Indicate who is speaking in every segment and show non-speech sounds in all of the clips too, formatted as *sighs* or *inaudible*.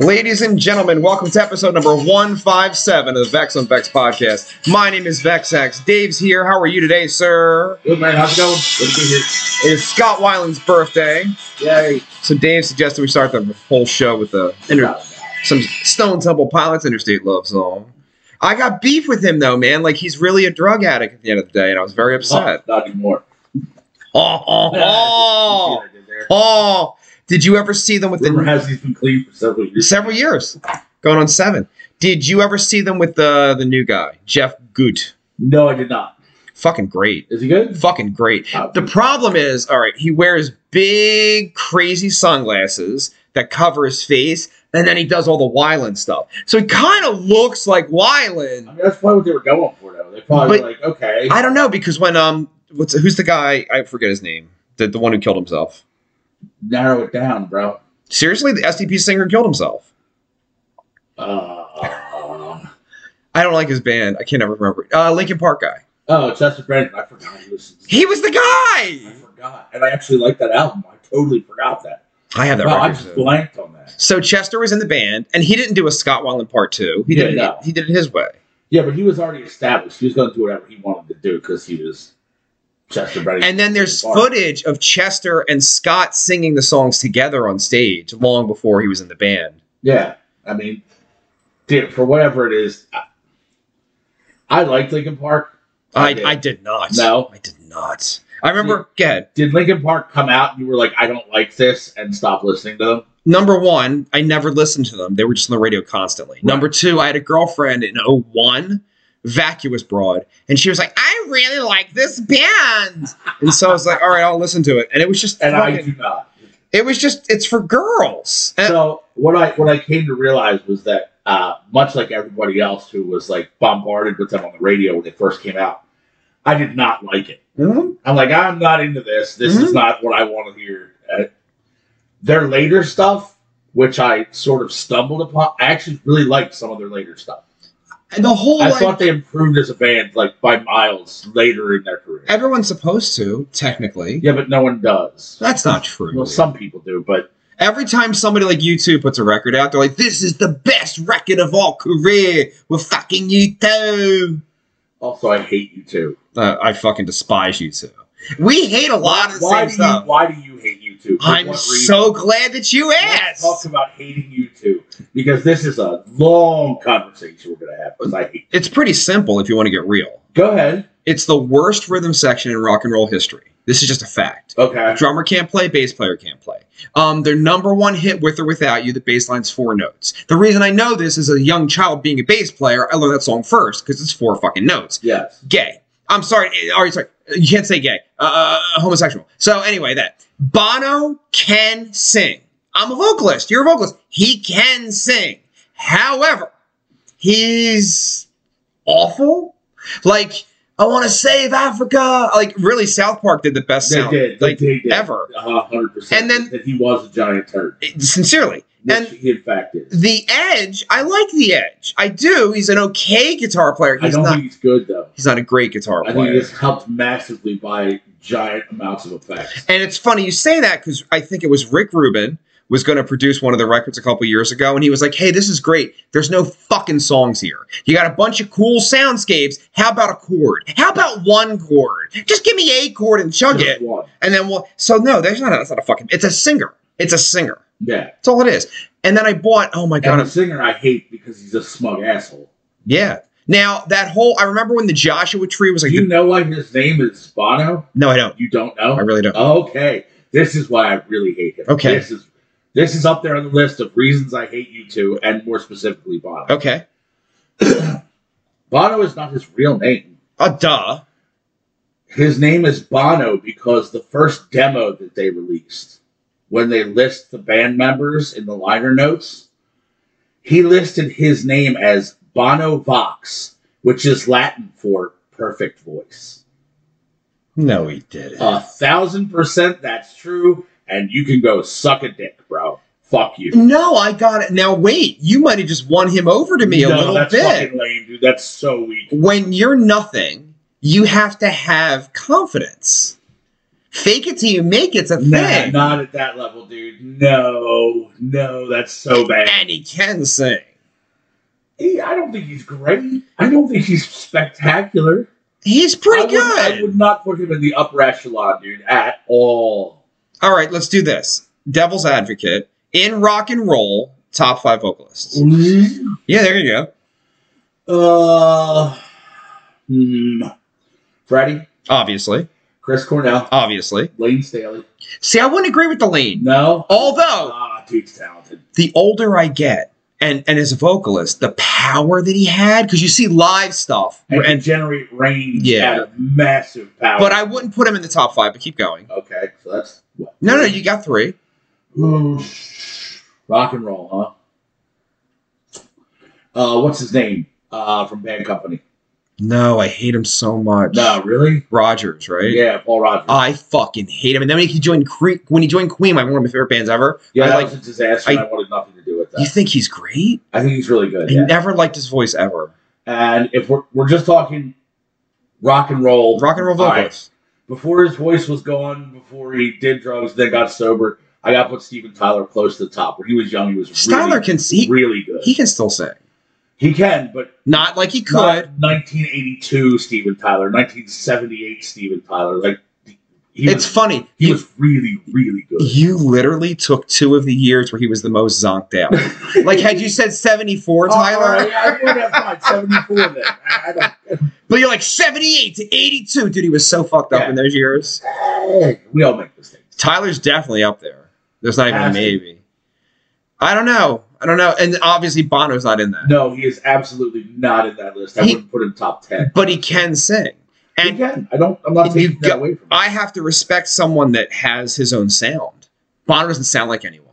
Speaker 1: Ladies and gentlemen, welcome to episode number 157 of the Vex on Vex podcast. My name is Vexax. Dave's here. How are you today, sir?
Speaker 2: Good man, how's it going? Good to be here.
Speaker 1: It is Scott Weiland's birthday.
Speaker 2: Yay.
Speaker 1: So Dave suggested we start the whole show with a inter- some Stone Temple Pilots Interstate Love song. I got beef with him, though, man. Like, he's really a drug addict at the end of the day, and I was very upset.
Speaker 2: Not anymore.
Speaker 1: *laughs* Oh, oh, oh. Oh. Did you ever see them with
Speaker 2: Rumor
Speaker 1: the
Speaker 2: has he's been clean for several years.
Speaker 1: several years, going on seven. Did you ever see them with uh, the the new guy, Jeff Goot?
Speaker 2: No, I did not.
Speaker 1: Fucking great,
Speaker 2: Is he good?
Speaker 1: fucking great.
Speaker 2: Uh,
Speaker 1: The problem is, all right, he wears big crazy sunglasses that cover his face, and then he does all the Wyland stuff. So he kind of looks like
Speaker 2: I
Speaker 1: Wyland.
Speaker 2: mean, that's probably what they were going for, though. They probably
Speaker 1: But-
Speaker 2: were like, okay.
Speaker 1: I don't know because when um, what's who's the guy? I forget his name. The the one who killed himself.
Speaker 2: narrow it down, bro.
Speaker 1: Seriously, the SDP singer killed himself.
Speaker 2: Uh,
Speaker 1: I don't like his band. I can't ever remember. Uh, Lincoln Park guy.
Speaker 2: oh, Chester Bennington. I forgot he was.
Speaker 1: He was the
Speaker 2: I
Speaker 1: guy.
Speaker 2: forgot. And I actually like that album. I totally forgot that.
Speaker 1: I have that.
Speaker 2: Wow, I
Speaker 1: record,
Speaker 2: just
Speaker 1: so-
Speaker 2: blanked on that.
Speaker 1: So Chester was in the band, and he didn't do a Scott Weiland part two. He
Speaker 2: Yeah,
Speaker 1: did it.
Speaker 2: no.
Speaker 1: He did it his way.
Speaker 2: Yeah, but he was already established. He was going to do whatever he wanted to do because he was Chester Bennington.
Speaker 1: And then there's
Speaker 2: Bar.
Speaker 1: footage of Chester and Scott singing the songs together on stage long before he was in the band.
Speaker 2: Yeah, I mean, dude, for whatever it is, I, I liked Lincoln Park. I
Speaker 1: I,
Speaker 2: did.
Speaker 1: I did not.
Speaker 2: No.
Speaker 1: I did not. I remember. Go ahead.
Speaker 2: Did Lincoln Park come out and you were like, I don't like this, and stop listening to them?
Speaker 1: Number one, I never listened to them. They were just on the radio constantly.
Speaker 2: Right.
Speaker 1: Number two, I had a girlfriend in 01, vacuous broad, and she was like, "I really like this band," and so I was like, "All right, I'll listen to it." And it was just
Speaker 2: And I
Speaker 1: fucking- Eh.
Speaker 2: do not.
Speaker 1: It was just it's for girls. And-
Speaker 2: So what I what I came to realize was that uh, much like everybody else who was like bombarded with them on the radio when they first came out, I did not like it. I'm like, I'm not into this. This
Speaker 1: Mm-hmm.
Speaker 2: is not what I want to hear. Uh, their later stuff, which I sort of stumbled upon, I actually really liked some of their later stuff.
Speaker 1: And the whole
Speaker 2: I
Speaker 1: like
Speaker 2: thought they improved as a band like by miles later in their career.
Speaker 1: everyone's supposed to technically.
Speaker 2: Yeah, but no one does.
Speaker 1: That's not true.
Speaker 2: Well, some people do, but
Speaker 1: Every time somebody like U2 puts a record out, they're like, "This is the best record of all career." We're fucking U2.
Speaker 2: also I hate you too.
Speaker 1: Uh, I fucking despise U2. We hate a lot of the
Speaker 2: why
Speaker 1: same
Speaker 2: do
Speaker 1: stuff.
Speaker 2: you why do you hate you too? For
Speaker 1: I'm
Speaker 2: what
Speaker 1: so glad that you
Speaker 2: reason? Let's talk
Speaker 1: asked.
Speaker 2: about hating you too because this is a long conversation we're gonna have. Because I hate.
Speaker 1: It's pretty simple if you want to get real.
Speaker 2: Go ahead.
Speaker 1: It's the worst rhythm section in rock and roll history. This is just a fact.
Speaker 2: Okay.
Speaker 1: Drummer can't play, bass player can't play. Um, their number one hit, with or without you, the bass line's four notes. The reason I know this is as a young child being a bass player, I learned that song first because it's four fucking notes.
Speaker 2: Yes.
Speaker 1: Gay. I'm sorry. eh, All right, sorry. You can't say gay. Uh, homosexual. So anyway, that Bono can sing. I'm a vocalist. You're a vocalist. He can sing. However, he's awful. Like I want to save Africa. Like really, South Park did the best
Speaker 2: They
Speaker 1: sound
Speaker 2: did. They
Speaker 1: like
Speaker 2: did.
Speaker 1: ever
Speaker 2: hundred percent.
Speaker 1: And then-
Speaker 2: that he was a giant turd,
Speaker 1: sincerely.
Speaker 2: which
Speaker 1: And-
Speaker 2: he in fact is.
Speaker 1: The Edge, I like The Edge. I do. He's an okay guitar player.
Speaker 2: I
Speaker 1: He's
Speaker 2: don't
Speaker 1: not.
Speaker 2: think he's good though.
Speaker 1: he's not a great guitar
Speaker 2: I think
Speaker 1: player.
Speaker 2: this helped massively by giant amounts of effects.
Speaker 1: And it's funny you say that because I think it was Rick Rubin was going to produce one of the records a couple years ago, and he was like, "Hey, this is great. There's no fucking songs here. You got a bunch of cool soundscapes. How about a chord? How about one chord? Just give me a chord and chug it."
Speaker 2: Just one.
Speaker 1: And then well, so no, that's not. A, that's not a fucking. It's a singer. It's a singer.
Speaker 2: Yeah.
Speaker 1: That's all it is. And then I bought. Oh my god,
Speaker 2: And the singer I hate because he's a smug asshole.
Speaker 1: Yeah. Now that whole I remember when the Joshua Tree was
Speaker 2: Do
Speaker 1: like
Speaker 2: you
Speaker 1: the-
Speaker 2: know why his name is Bono?
Speaker 1: no I don't
Speaker 2: You don't know?
Speaker 1: I really don't
Speaker 2: Okay. This is why I really hate him.
Speaker 1: Okay.
Speaker 2: This is this is up there on the list of reasons I hate you two, and more specifically Bono.
Speaker 1: okay
Speaker 2: Bono is not his real name.
Speaker 1: uh duh
Speaker 2: His name is Bono because the first demo that they released, when they list the band members in the liner notes, he listed his name as Bono Vox, which is Latin for perfect voice.
Speaker 1: no he didn't
Speaker 2: A thousand percent that's true, and you can go suck a dick, bro. Fuck you.
Speaker 1: no I got it now wait you might have just won him over to me a
Speaker 2: No,
Speaker 1: little
Speaker 2: that's
Speaker 1: bit
Speaker 2: fucking lame, dude. That's so weak.
Speaker 1: when you're nothing you have to have confidence Fake it till you make it's a
Speaker 2: Nah,
Speaker 1: thing.
Speaker 2: not at that level, dude. No, no, that's so bad.
Speaker 1: And he can sing.
Speaker 2: He, I don't think he's great. I don't think he's spectacular.
Speaker 1: He's pretty
Speaker 2: I would-
Speaker 1: good.
Speaker 2: I would not put him in the upper echelon, dude, at all.
Speaker 1: All right, let's do this. Devil's advocate in rock and roll top five vocalists. Yeah, there you go.
Speaker 2: Uh, hmm. Freddie,
Speaker 1: Obviously,
Speaker 2: Chris Cornell,
Speaker 1: obviously.
Speaker 2: Lane Staley.
Speaker 1: See, I wouldn't agree with the lean.
Speaker 2: No.
Speaker 1: Although
Speaker 2: Ah, dude's talented.
Speaker 1: the older I get, and and as a vocalist, the power that he had because you see live stuff.
Speaker 2: And, can
Speaker 1: And
Speaker 2: generate range
Speaker 1: Yeah.
Speaker 2: at a massive power.
Speaker 1: but I wouldn't put him in the top five. But keep going.
Speaker 2: Okay, so that's. What,
Speaker 1: No, no, you got three.
Speaker 2: Ooh, rock and roll, huh? Uh, what's his name? Uh, from Bad Company.
Speaker 1: No, I hate him so much.
Speaker 2: No, really?
Speaker 1: Rogers, right?
Speaker 2: Yeah, Paul Rogers.
Speaker 1: I fucking hate him. And then when he joined Cre- when he joined Queen, I'm one of my favorite bands ever.
Speaker 2: yeah,
Speaker 1: I
Speaker 2: that
Speaker 1: like-
Speaker 2: was a disaster. and I, wanted nothing to do with
Speaker 1: You
Speaker 2: that.
Speaker 1: think he's great?
Speaker 2: I think he's really good.
Speaker 1: I
Speaker 2: Yeah.
Speaker 1: never liked his voice ever.
Speaker 2: And if we're we're just talking rock and roll,
Speaker 1: Rock and roll
Speaker 2: All right.
Speaker 1: vocalist.
Speaker 2: before his voice was gone, before he did drugs, then got sober, I got to put Steven Tyler close to the top. When he was young, he was
Speaker 1: Styler
Speaker 2: really,
Speaker 1: can he,
Speaker 2: really good.
Speaker 1: he can still sing.
Speaker 2: he can, but
Speaker 1: Not like he
Speaker 2: Not
Speaker 1: could.
Speaker 2: 1982 Steven Tyler, 1978 Steven Tyler. Like he
Speaker 1: it's
Speaker 2: was,
Speaker 1: funny.
Speaker 2: he
Speaker 1: You,
Speaker 2: was really really good.
Speaker 1: you literally took two of the years where he was the most zonked out.
Speaker 2: *laughs*
Speaker 1: like had you said 74,
Speaker 2: Oh, all
Speaker 1: Tyler,
Speaker 2: right, I would have thought 74 then. I, I don't,
Speaker 1: but you're like 78 to 82. Dude, he was so fucked up
Speaker 2: Yeah.
Speaker 1: in those years.
Speaker 2: Hey, we all make mistakes.
Speaker 1: Tyler's definitely up there. There's not even a
Speaker 2: Has to.
Speaker 1: maybe. I don't know. I don't know. And obviously Bono's not in that.
Speaker 2: No, he is absolutely not in that list. I
Speaker 1: He-
Speaker 2: wouldn't put him top 10.
Speaker 1: But he can sing. And
Speaker 2: Again, I don't. I'm not
Speaker 1: You
Speaker 2: taking that
Speaker 1: got-
Speaker 2: away from him.
Speaker 1: I have to respect someone that has his own sound. Bono doesn't sound like anyone.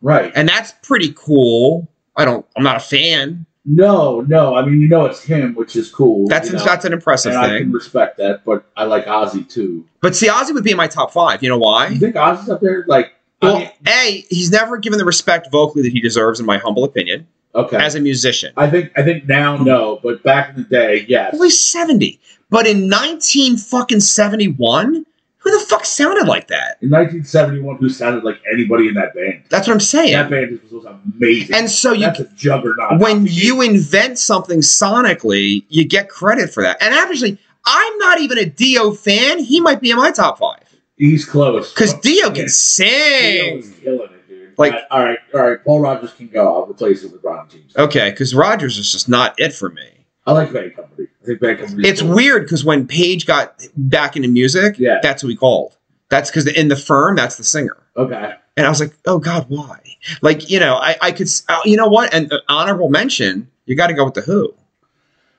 Speaker 2: Right?
Speaker 1: And that's pretty cool. I don't I'm not a fan.
Speaker 2: No, no. I mean, you know, it's him, which is cool.
Speaker 1: That's
Speaker 2: you know,
Speaker 1: that's an impressive
Speaker 2: and I
Speaker 1: thing.
Speaker 2: can respect that, but I like Ozzy too.
Speaker 1: But see, Ozzy would be in my top five. You know
Speaker 2: You
Speaker 1: why?
Speaker 2: think Ozzy's up there? Like, I
Speaker 1: Well,
Speaker 2: mean,
Speaker 1: A, he's never given the respect vocally that he deserves, in my humble opinion,
Speaker 2: okay.
Speaker 1: as a musician.
Speaker 2: I think I think now no, but back in the day, yes.
Speaker 1: Well, he's 70. But in 19 fucking 71, who the fuck sounded like that?
Speaker 2: In 1971, who sounded like anybody in that band?
Speaker 1: That's what I'm
Speaker 2: That
Speaker 1: saying.
Speaker 2: band was, was amazing.
Speaker 1: And so you
Speaker 2: That's a juggernaut.
Speaker 1: when you invent something sonically, you get credit for that. And actually, I'm not even a Dio fan. He might be in my top five
Speaker 2: he's close,
Speaker 1: because Dio
Speaker 2: Yeah,
Speaker 1: can
Speaker 2: Dio was
Speaker 1: sing.
Speaker 2: killing it, dude.
Speaker 1: Like-
Speaker 2: But, all right, all right. Paul Rogers can go. I'll replace him with Ron James.
Speaker 1: Okay, because Rogers is just not it for me.
Speaker 2: I like Bad Company. I think Bad Company.
Speaker 1: It's weird because when Page got back into music,
Speaker 2: Yeah.
Speaker 1: that's who he called. That's because in the firm, that's the singer.
Speaker 2: Okay.
Speaker 1: And I was like, oh God, why? Like, you know, I, I could, s- uh, you know what? And uh, honorable mention, you got to go with the Who.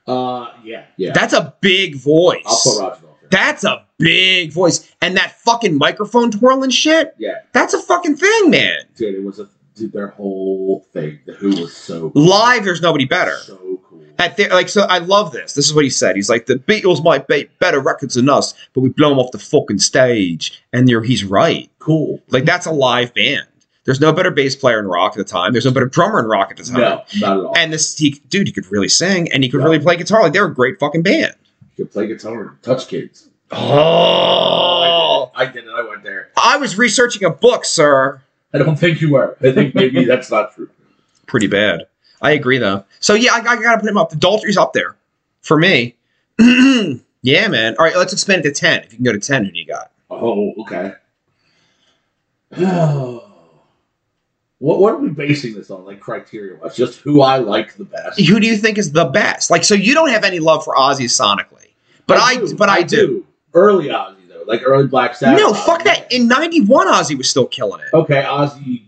Speaker 2: Uh, yeah, yeah.
Speaker 1: That's a big voice.
Speaker 2: I'll put Rogers on there.
Speaker 1: That's a big voice. And that fucking microphone twirling shit,
Speaker 2: yeah,
Speaker 1: that's a fucking thing, man.
Speaker 2: dude. It was a dude. Their whole thing. The Who was so cool.
Speaker 1: Live, there's nobody better.
Speaker 2: So cool.
Speaker 1: At the, like, so I love this. This is what he said. He's like, the Beatles might make better records than us, but we blow them off the fucking stage. And you're, he's right.
Speaker 2: Cool.
Speaker 1: Like, that's a live band. There's no better bass player in rock at the time. There's no better drummer in rock at the time.
Speaker 2: No, not at all.
Speaker 1: And this he, dude, he could really sing and he could
Speaker 2: Yeah.
Speaker 1: really play guitar. Like, they're a great fucking band.
Speaker 2: You could play guitar and touch kids.
Speaker 1: Oh,
Speaker 2: I did it. I went there.
Speaker 1: I was researching a book, sir.
Speaker 2: I don't think you were. I
Speaker 1: *laughs*
Speaker 2: think maybe that's not true.
Speaker 1: pretty bad. I agree though. So yeah, I, I gotta put him up. Adultery's up there for me. *clears throat* yeah, man. All right, let's expand it to ten. If you can go to ten, who do you got?
Speaker 2: Oh, okay. *sighs* what what are we basing this on? Like criteria wise, just who I liked the best.
Speaker 1: Who do you think is the best? Like, so you don't have any love for Ozzy sonically, but I,
Speaker 2: do,
Speaker 1: but I, do.
Speaker 2: Early Ozzy though, like early Black Sabbath.
Speaker 1: No,
Speaker 2: Ozzy.
Speaker 1: fuck that. In '91, Ozzy was still killing it.
Speaker 2: Okay, Ozzy,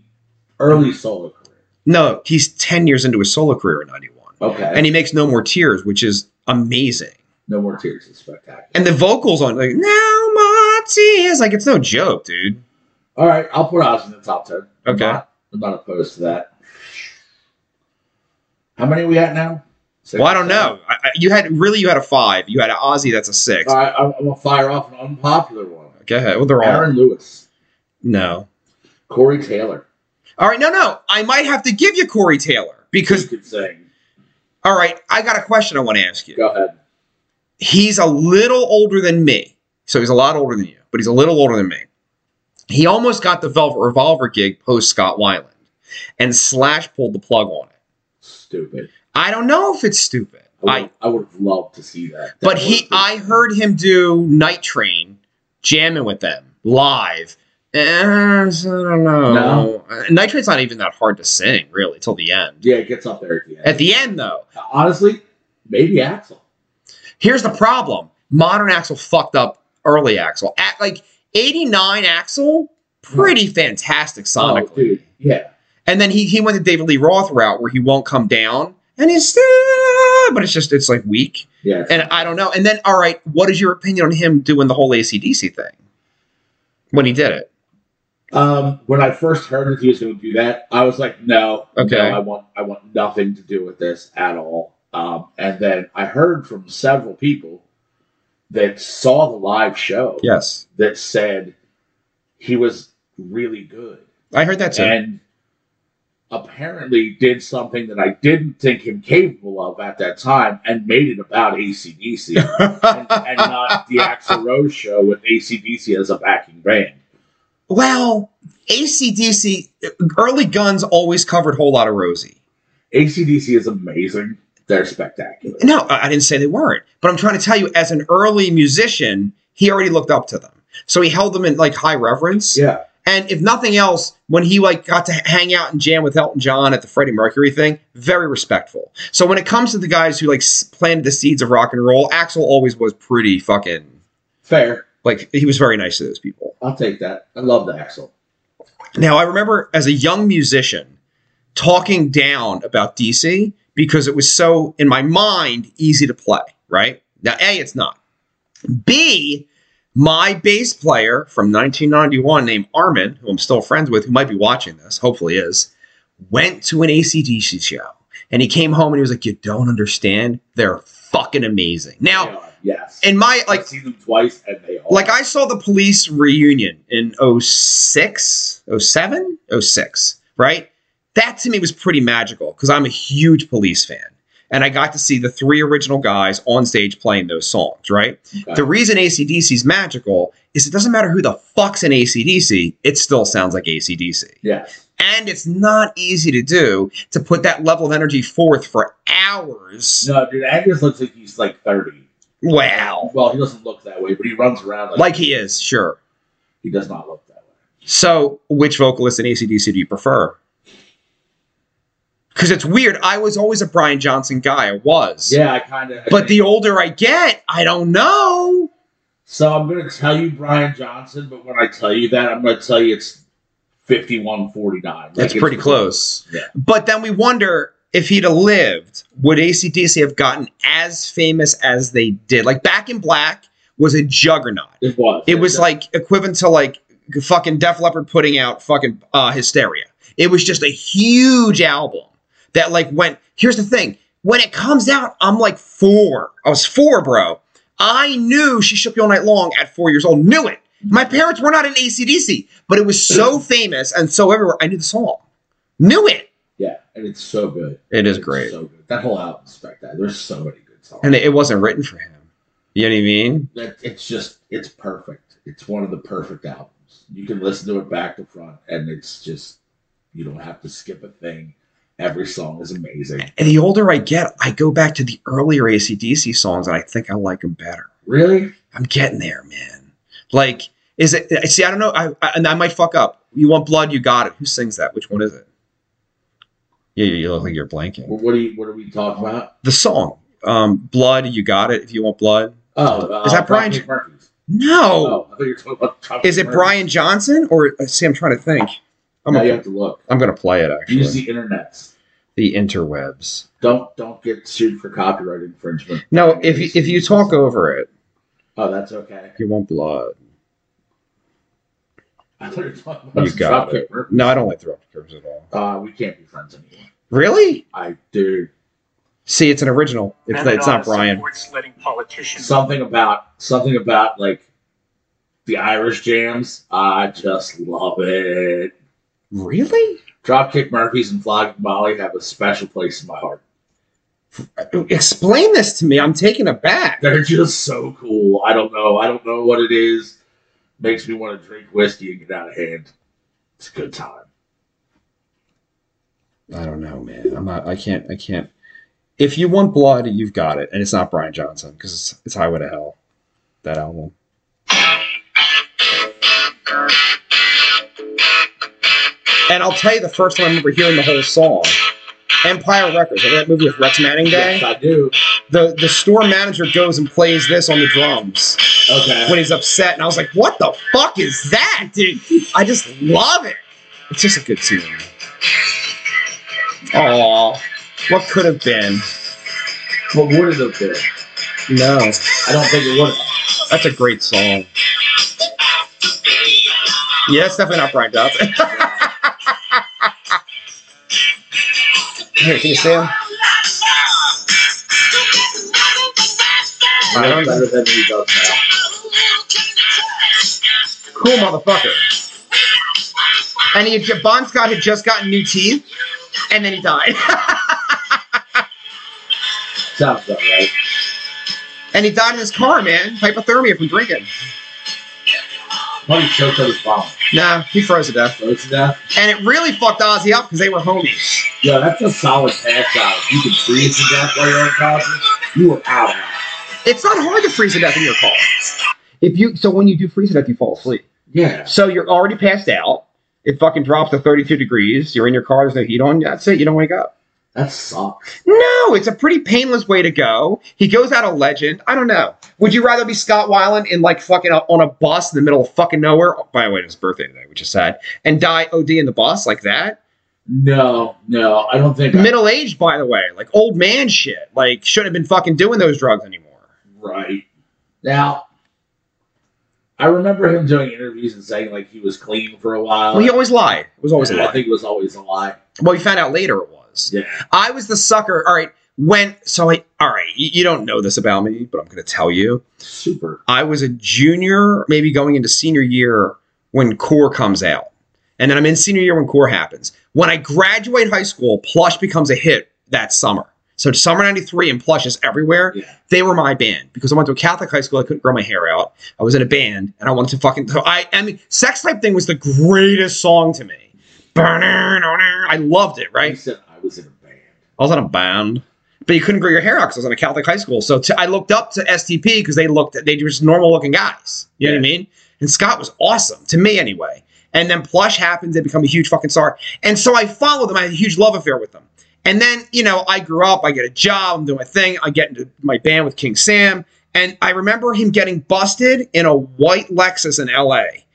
Speaker 2: early solo career.
Speaker 1: No, he's ten years into his solo career in '91,
Speaker 2: Okay,
Speaker 1: and he makes No More Tears, which is amazing.
Speaker 2: no more tears is spectacular.
Speaker 1: And the vocals on like No More Tears, like it's no joke, dude.
Speaker 2: All right, I'll put Ozzy in the top ten. I'm
Speaker 1: Okay.
Speaker 2: not, I'm not opposed to that. How many are we at now? Six
Speaker 1: Well, I
Speaker 2: or
Speaker 1: don't
Speaker 2: seven?
Speaker 1: know. I, I- you had really you had a five. You had an Ozzy that's a six.
Speaker 2: All right, I'm, I'm gonna fire off an unpopular one.
Speaker 1: Go ahead. Well, they're all
Speaker 2: Aaron Lewis,
Speaker 1: no.
Speaker 2: Corey Taylor,
Speaker 1: All right, no, no. I might have to give you Corey Taylor
Speaker 2: because
Speaker 1: because
Speaker 2: could sing.
Speaker 1: all right, I got a question I want to ask you.
Speaker 2: Go ahead.
Speaker 1: He's a little older than me. so he's a lot older than you, but he's a little older than me. He almost got the Velvet Revolver gig post Scott Weiland, and Slash pulled the plug on it.
Speaker 2: Stupid.
Speaker 1: I don't know if it's stupid.
Speaker 2: I
Speaker 1: I,
Speaker 2: would, I would have loved to see that. That
Speaker 1: but
Speaker 2: would
Speaker 1: he,
Speaker 2: have been-
Speaker 1: I heard him do Night Train, jamming with them live. Eh, so I don't know.
Speaker 2: No.
Speaker 1: Uh, Night Train's not even that hard to sing, really, till the end.
Speaker 2: Yeah, it gets up there at the end.
Speaker 1: At the end, though,
Speaker 2: Honestly, maybe Axel.
Speaker 1: here's the problem: modern Axel fucked up early Axel. At like '89 Axel, pretty fantastic sonically.
Speaker 2: Oh, dude. Yeah.
Speaker 1: And then he he went the David Lee Roth route where he won't come down, and he's still, but it's just it's like weak.
Speaker 2: Yeah.
Speaker 1: And I don't know. And then, all right, what is your opinion on him doing the whole ACDC thing when he did it?
Speaker 2: Um, when I first heard that he was going to do that, I was like, "No,
Speaker 1: Okay.
Speaker 2: no, I want, I want nothing to do with this at all." Um, and then I heard from several people that saw the live show
Speaker 1: Yes,
Speaker 2: that said he was really good
Speaker 1: I heard that too.
Speaker 2: and apparently did something that I didn't think him capable of at that time and made it about ACDC. and, and not the Axl Rose show with ACDC as a backing band.
Speaker 1: well, ACDC early guns always covered whole lot of Rosie.
Speaker 2: ACDC is amazing. They're spectacular.
Speaker 1: No, I I didn't say they weren't, but I'm trying to tell you, as an early musician, he already looked up to them. So he held them in like high reverence.
Speaker 2: Yeah.
Speaker 1: And if nothing else, when he like got to hang out and jam with Elton John at the Freddie Mercury thing, very respectful. So when it comes to the guys who like s- planted the seeds of rock and roll, Axel always was pretty fucking
Speaker 2: Fair.
Speaker 1: like he was very nice to those people.
Speaker 2: I'll take that. I love the Axl.
Speaker 1: Now I remember as a young musician talking down about DC because it was so in my mind easy to play, right? Now A it's not. B my bass player from 1991 named Armin, who I'm still friends with, who might be watching this, hopefully is, went to an ACDC show. And he came home and he was like, You don't understand. They're fucking amazing. Now,
Speaker 2: Yeah, yes.
Speaker 1: in my, like,
Speaker 2: I've seen them twice and they all
Speaker 1: like I saw the police reunion in 06, 07, 06, right? That to me was pretty magical because I'm a huge police fan. And I got to see the three original guys on stage playing those songs, right?
Speaker 2: Okay.
Speaker 1: The reason ACDC is magical is it doesn't matter who the fuck's in ACDC, it still sounds like ACDC.
Speaker 2: Yes.
Speaker 1: And it's not easy to do to put that level of energy forth for hours.
Speaker 2: No, dude, Angus looks like he's like 30.
Speaker 1: Wow.
Speaker 2: Well, he doesn't look that way, but he runs around like,
Speaker 1: Like he is, sure.
Speaker 2: he does not look that way.
Speaker 1: So, which vocalist in ACDC do you prefer? Because it's weird. I was always a Brian Johnson guy. I was.
Speaker 2: Yeah, I kind of.
Speaker 1: But the older I get, I don't know.
Speaker 2: So I'm going to tell you Brian Johnson, but when I tell you that, I'm going to tell you it's 5149.
Speaker 1: That's pretty close.
Speaker 2: Yeah.
Speaker 1: But then we wonder if he'd have lived, would ACDC have gotten as famous as they did? Like, Back in Black was a juggernaut.
Speaker 2: It was.
Speaker 1: It was like equivalent to like fucking Def Leppard putting out fucking uh, Hysteria. It was just a huge album that like went. Here's the thing: when it comes out, I'm like four. I was four, bro. I knew she shook you all night long at four years old. Knew it. My parents were not in ACDC, but it was so famous and so everywhere. I knew the song. Knew it.
Speaker 2: Yeah, and it's so good.
Speaker 1: It is
Speaker 2: It's
Speaker 1: great,
Speaker 2: So good. That whole album's spectacular. There's so many good songs.
Speaker 1: and it, it wasn't written for him. You know what I mean?
Speaker 2: that it's just it's perfect. It's one of the perfect albums. You can listen to it back to front, and it's just you don't have to skip a thing. Every song is amazing.
Speaker 1: And the older I get, I go back to the earlier ACDC songs, and I think I like them better.
Speaker 2: Really?
Speaker 1: I'm getting there, man. Like, is it? See, I don't know. I, I and I might fuck up. You want blood? You got it. Who sings that? Which one is it? Yeah, you- you look like you're blanking.
Speaker 2: What what are you? What are we talking about?
Speaker 1: The song, um, "Blood." You got it. If you want blood.
Speaker 2: Oh, uh,
Speaker 1: Is that Brian-
Speaker 2: Dropkick Murphys.
Speaker 1: No.
Speaker 2: Oh, I thought you were talking about. Dropkick
Speaker 1: Is it
Speaker 2: Murphys.
Speaker 1: Brian Johnson or uh, see? I'm trying to think. I'm
Speaker 2: Now you
Speaker 1: gonna,
Speaker 2: have to look.
Speaker 1: I'm gonna play it
Speaker 2: Use
Speaker 1: actually.
Speaker 2: the internets.
Speaker 1: The interwebs.
Speaker 2: Don't don't get sued for copyright infringement.
Speaker 1: No, if you- if you talk over it,
Speaker 2: Oh, that's okay. *laughs*
Speaker 1: you want blood.
Speaker 2: I thought you were talking about
Speaker 1: You got
Speaker 2: Dropkick Murphys.
Speaker 1: No, I don't like the rough curves at all.
Speaker 2: Uh, we can't be friends anymore.
Speaker 1: Really?
Speaker 2: I do.
Speaker 1: See, it's an original. It's
Speaker 3: Canada
Speaker 1: it's not Brian.
Speaker 3: supports letting politicians
Speaker 2: something about something about like the Irish jams. I just love it.
Speaker 1: Really?
Speaker 2: Dropkick Murphys and Flogging Molly have a special place in my heart.
Speaker 1: Explain this to me. I'm taken aback.
Speaker 2: They're just so cool. I don't know. I don't know what it is. Makes me want to drink whiskey and get out of hand. It's a good time.
Speaker 1: I don't know, man. I'm not. I can't. I can't. If you want blood, you've got it, and it's not Brian Johnson because it's, it's Highway to Hell, that album. And I'll tell you, the first time I remember hearing the whole song, Empire Records. Remember that movie with Rex Manning Day?
Speaker 2: Yes, I do.
Speaker 1: The the store manager goes and plays this on the drums
Speaker 2: Okay.
Speaker 1: when he's upset, and I was like, "What the fuck is that, dude?" I just love it. It's just a good tune. Aw, what could have been?
Speaker 2: But what would it have been?
Speaker 1: No,
Speaker 2: I don't think it would have.
Speaker 1: that's a great song. Yeah, that's definitely not Brian Johnson. Here, can you see him? I don't
Speaker 2: Much better than he does now.
Speaker 1: Cool motherfucker. And he had, ju- Bon Scott had just gotten new teeth, and then he died. *laughs*
Speaker 2: Sounds about right.
Speaker 1: and he died in his car, man. Hypothermia from drinking.
Speaker 2: Money choked on his mom.
Speaker 1: Nah, he froze to death.
Speaker 2: Close to that.
Speaker 1: And it really fucked Ozzy up because they were homies.
Speaker 2: Yeah, that's a solid pass out. If You can freeze to death while you're on concert. You are out.
Speaker 1: It's not hard to freeze to death in your car. If you so when you do freeze to death, you fall asleep.
Speaker 2: Yeah.
Speaker 1: So you're already passed out. It fucking drops to 32 degrees. You're in your car. There's no heat on. That's it. You don't wake up.
Speaker 2: That sucks.
Speaker 1: No, it's a pretty painless way to go. He goes out a legend. I don't know. Would you rather be Scott Weiland in like fucking a, on a bus in the middle of fucking nowhere? Oh, by the way, it was his birthday today, which is sad. And die OD in the bus like that?
Speaker 2: No, no, I don't think. I,
Speaker 1: Middle aged, by the way, like old man shit. Like shouldn't have been fucking doing those drugs anymore.
Speaker 2: right now, I remember him doing interviews and saying like he was clean for a while.
Speaker 1: Well, he always lied. It was always a
Speaker 2: And I
Speaker 1: lie.
Speaker 2: think it was always a lie.
Speaker 1: Well, we found out later it was.
Speaker 2: Yeah.
Speaker 1: I was the sucker. All right, when so I all right, you, you don't know this about me, but I'm gonna tell you.
Speaker 2: Super.
Speaker 1: I was a junior, maybe going into senior year when Core comes out. And then I'm in senior year when Core happens. When I graduate high school, Plush becomes a hit that summer. So summer 93 and Plush is everywhere.
Speaker 2: Yeah.
Speaker 1: They were my band because I went to a Catholic high school. I couldn't grow my hair out. I was in a band and I wanted to fucking. So I, I mean, Sex Type Thing was the greatest song to me. I loved it, right?
Speaker 2: He said I was in a band.
Speaker 1: I was on a band, but you couldn't grow your hair out because I was on a Catholic high school. So to- I looked up to STP because they looked they were just normal looking guys. You know what I mean? And Scott was awesome to me anyway. And then Plush happens, they become a huge fucking star. And so I followed them. I had a huge love affair with them. And then you know I grew up. I get a job. I'm doing my thing. I get into my band with King Sam. And I remember him getting busted in a white Lexus in L.A.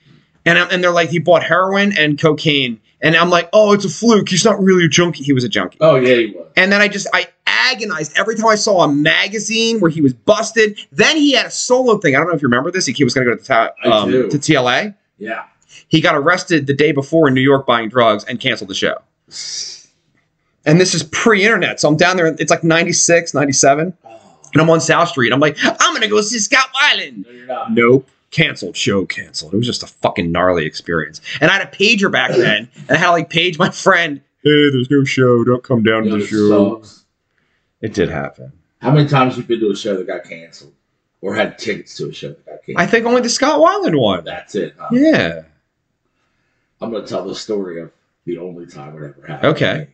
Speaker 1: And, I'm, and they're like, he bought heroin and cocaine. And I'm like, oh, it's a fluke. He's not really a junkie. He was a junkie.
Speaker 2: Oh yeah, he was.
Speaker 1: And then I just I agonized every time I saw a magazine where he was busted. Then he had a solo thing. I don't know if you remember this. He was going to go to, ta-
Speaker 2: I
Speaker 1: um,
Speaker 2: do.
Speaker 1: to TLA.
Speaker 2: Yeah.
Speaker 1: He got arrested the day before in New York buying drugs and canceled the show. And this is pre-internet, so I'm down there. It's like 96, 97,
Speaker 2: Oh,
Speaker 1: and I'm on South Street. I'm like, I'm going to go see Scott Weiland.
Speaker 2: no, you're not.
Speaker 1: Nope. Canceled show, canceled. It was just a fucking gnarly experience. And I had a pager back then, and I had to like page my friend. Hey, there's no show. Don't come down
Speaker 2: No,
Speaker 1: to the
Speaker 2: this
Speaker 1: show.
Speaker 2: sucks.
Speaker 1: It did happen.
Speaker 2: How many times you been to a show that got canceled, or had tickets to a show that got
Speaker 1: I
Speaker 2: canceled?
Speaker 1: think only the Scott Weiland one.
Speaker 2: That's it. huh?
Speaker 1: Yeah.
Speaker 2: I'm gonna tell the story of the only time it ever happened.
Speaker 1: Okay.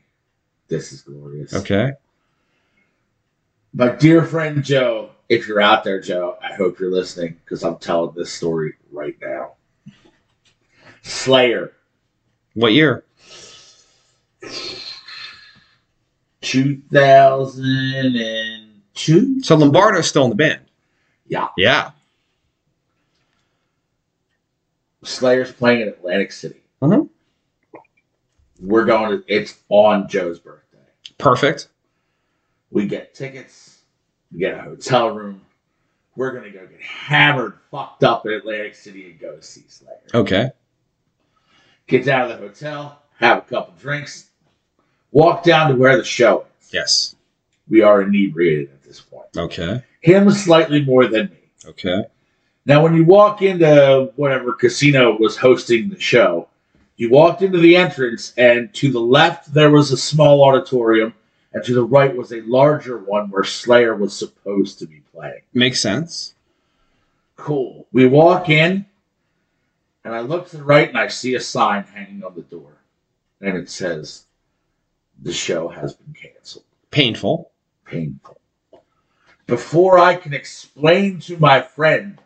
Speaker 2: This is glorious.
Speaker 1: Okay.
Speaker 2: My dear friend Joe, if you're out there, Joe, I hope you're listening because I'm telling this story right now. Slayer,
Speaker 1: What year?
Speaker 2: 2002.
Speaker 1: So Lombardo's still in the band.
Speaker 2: Yeah.
Speaker 1: Yeah.
Speaker 2: Slayer's playing in Atlantic City.
Speaker 1: Mhm.
Speaker 2: We're going. To, it's on Joe's birthday.
Speaker 1: Perfect.
Speaker 2: We get tickets. We get a hotel room. We're gonna go get hammered, fucked up in Atlantic City, and go see Slayer.
Speaker 1: Okay.
Speaker 2: Get out of the hotel, have a couple drinks, walk down to where the show is.
Speaker 1: Yes.
Speaker 2: We are inebriated at this point.
Speaker 1: Okay.
Speaker 2: Him slightly more than me.
Speaker 1: Okay.
Speaker 2: Now, when you walk into whatever casino was hosting the show, you walked into the entrance, and to the left there was a small auditorium, and to the right was a larger one where Slayer was supposed to be playing.
Speaker 1: Makes sense.
Speaker 2: Cool. We walk in, and I look to the right and I see a sign hanging on the door. And it says, The show has been canceled.
Speaker 1: Painful.
Speaker 2: Painful. Before I can explain to my friend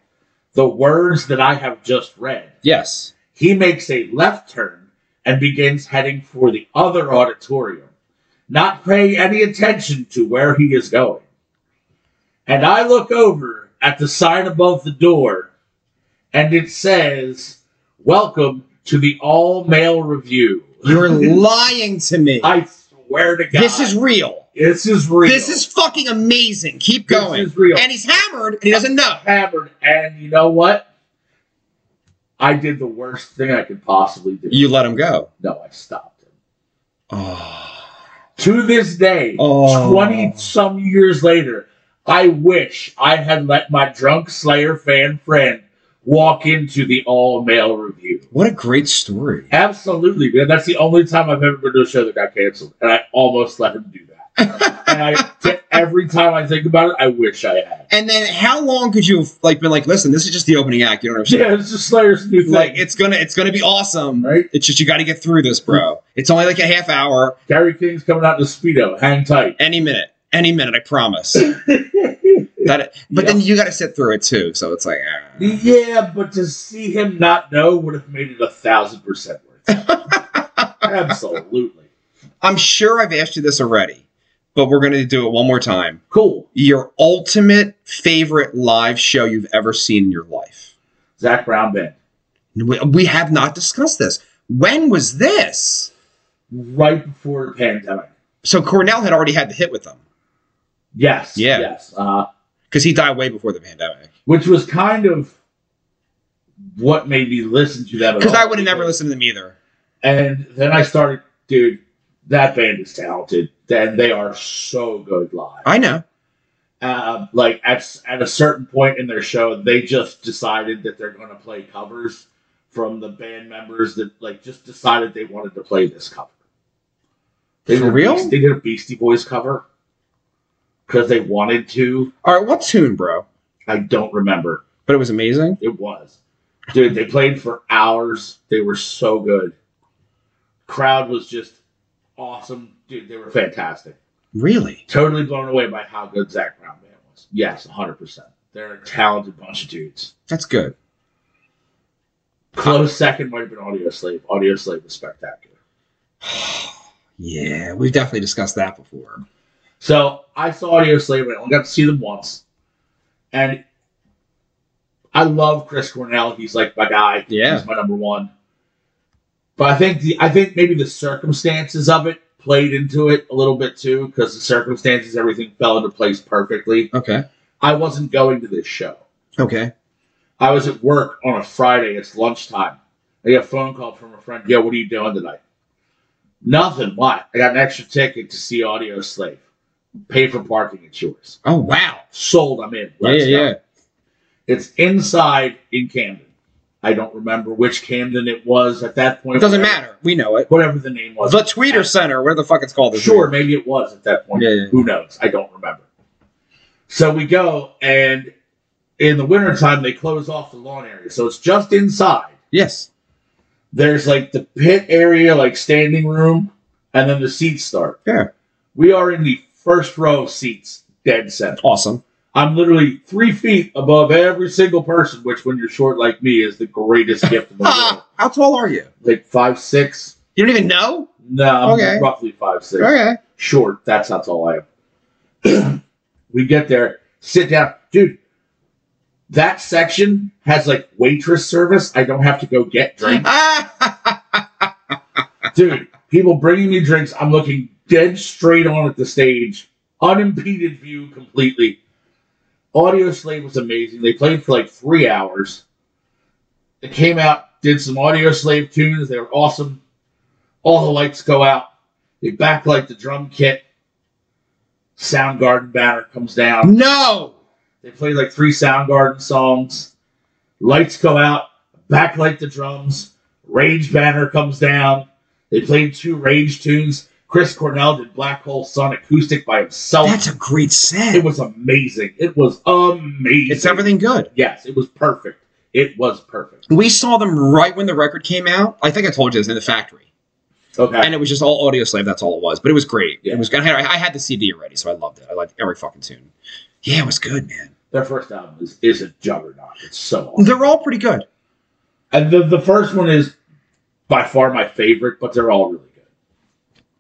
Speaker 2: the words that I have just read,
Speaker 1: Yes.
Speaker 2: he makes a left turn and begins heading for the other auditorium, not paying any attention to where he is going. And I look over at the sign above the door, and it says, Welcome to the All Male Review. *laughs*
Speaker 1: You're lying to me.
Speaker 2: I swear to God.
Speaker 1: This is real.
Speaker 2: this is real.
Speaker 1: This is fucking amazing. Keep
Speaker 2: This
Speaker 1: going.
Speaker 2: is real.
Speaker 1: And he's hammered and he doesn't know.
Speaker 2: hammered, and you know what? I did the worst thing I could possibly do.
Speaker 1: You let him go.
Speaker 2: no, I stopped him.
Speaker 1: Oh.
Speaker 2: to this day,
Speaker 1: Oh.
Speaker 2: 20 some years later, I wish I had let my drunk Slayer fan friend walk into the all male review.
Speaker 1: What a great story.
Speaker 2: Absolutely, man. That's the only time I've ever been to a show that got canceled, and I almost let him do that. and I, t- every time I think about it, I wish I had.
Speaker 1: And then how long could you have like been like, listen, this is just the opening act, you know what I'm saying?
Speaker 2: Yeah, it's just Slayer's new thing.
Speaker 1: Like it's gonna it's gonna be awesome.
Speaker 2: Right.
Speaker 1: It's just you gotta get through this, bro. It's only like a half hour,
Speaker 2: Gary King's coming out in a speedo. Hang tight.
Speaker 1: any minute. Any minute, I promise. that but then you gotta sit through it too. So it's like ah.
Speaker 2: Yeah, but to see him not know would have made it a thousand percent worth. it.
Speaker 1: *laughs*
Speaker 2: Absolutely.
Speaker 1: I'm sure I've asked you this already, but we're gonna do it one more time.
Speaker 2: Cool.
Speaker 1: Your ultimate favorite live show you've ever seen in your life.
Speaker 2: Zach Brown Band.
Speaker 1: We, we have not discussed this. When was this?
Speaker 2: Right before the pandemic.
Speaker 1: So Cornell had already had the hit with them
Speaker 2: Yes.
Speaker 1: Yeah.
Speaker 2: Yes. Uh,
Speaker 1: because he died way before the pandemic.
Speaker 2: which was kind of what made me listen to them. at
Speaker 1: Because
Speaker 2: all.
Speaker 1: I would have never listened to them either.
Speaker 2: And then I started, dude, that band is talented. And they are so good live.
Speaker 1: I know.
Speaker 2: Um, like at, at a certain point in their show, they just decided that they're going to play covers from the band members that like just decided they wanted to play this cover. They
Speaker 1: For
Speaker 2: did a
Speaker 1: real?
Speaker 2: Beast- they did a Beastie Boys cover because they wanted to.
Speaker 1: All right, what tune, bro?
Speaker 2: I don't remember.
Speaker 1: But it was amazing.
Speaker 2: It was. Dude, they played for hours. They were so good. Crowd was just awesome. Dude, they were fantastic.
Speaker 1: Really?
Speaker 2: Totally blown away by how good Zach Brown Band was. Yes, 100%. They're a talented bunch of dudes.
Speaker 1: That's good.
Speaker 2: Close second might have been Audio Slave. Audio Slave was spectacular.
Speaker 1: *sighs* yeah, we've definitely discussed that before.
Speaker 2: So I saw Audio Slave and I only got to see them once. And I love Chris Cornell. He's like my guy.
Speaker 1: Yeah.
Speaker 2: He's my number one. But I think the I think maybe the circumstances of it played into it a little bit too, because the circumstances, everything fell into place perfectly.
Speaker 1: Okay.
Speaker 2: I wasn't going to this show.
Speaker 1: Okay.
Speaker 2: I was at work on a Friday. It's lunchtime. I get a phone call from a friend. Yo, what are you doing tonight? Nothing. Why? I got an extra ticket to see Audio Slave. Pay for parking. It's yours.
Speaker 1: Oh wow.
Speaker 2: Sold. I'm in.
Speaker 1: Yeah,
Speaker 2: Let's
Speaker 1: yeah,
Speaker 2: go.
Speaker 1: yeah.
Speaker 2: It's inside in Camden. I don't remember which Camden it was at that point.
Speaker 1: It doesn't
Speaker 2: whatever-
Speaker 1: matter. We know it.
Speaker 2: Whatever the name was.
Speaker 1: The Tweeter Center, whatever the fuck it's called. isn't
Speaker 2: Sure, maybe it was at that point.
Speaker 1: Yeah, yeah.
Speaker 2: Who knows? I don't remember. So we go, and in the wintertime, they close off the lawn area. So it's just inside.
Speaker 1: it? Yes.
Speaker 2: There's like the pit area, like standing room, and then the seats start.
Speaker 1: Yeah.
Speaker 2: We are in the first row of seats, dead center.
Speaker 1: Awesome.
Speaker 2: I'm literally three feet above every single person, which, when you're short like me, is
Speaker 1: *laughs*
Speaker 2: the greatest gift in the world.
Speaker 1: Ah, how tall are you?
Speaker 2: Like five six?
Speaker 1: You don't even know?
Speaker 2: No, I'm
Speaker 1: Okay.
Speaker 2: roughly five six.
Speaker 1: Okay.
Speaker 2: short. That's not all I am. *clears throat* we get there, sit down, dude. That section has like waitress service. I don't have to go get drink,
Speaker 1: Ah,
Speaker 2: dude. People bringing me drinks. I'm looking dead straight on at the stage, unimpeded view completely. Audio Slave was amazing. They played for like three hours. They came out, did some Audio Slave tunes. They were awesome. All the lights go out. They backlight the drum kit. Soundgarden banner comes
Speaker 1: *laughs*
Speaker 2: down.
Speaker 1: no.
Speaker 2: They play like three Soundgarden songs. Lights go out, backlight the drums. Rage banner comes down. They played two Rage tunes. Chris Cornell did Black Hole Sun acoustic by himself.
Speaker 1: That's a great set.
Speaker 2: it was amazing. It was amazing.
Speaker 1: it's everything good.
Speaker 2: Yes, it was perfect. It was perfect.
Speaker 1: We saw them right when the record came out. I think I told you this in the factory.
Speaker 2: Okay.
Speaker 1: and it was just all audio slave. That's all it was. But it was great.
Speaker 2: Yeah.
Speaker 1: It was. I had, I had the CD already, so I loved it. I liked every fucking tune. Yeah, it was good, man.
Speaker 2: Their first album is, is a juggernaut. It's so awesome.
Speaker 1: They're all pretty good.
Speaker 2: And the, the first one is by far my favorite, but they're all really good.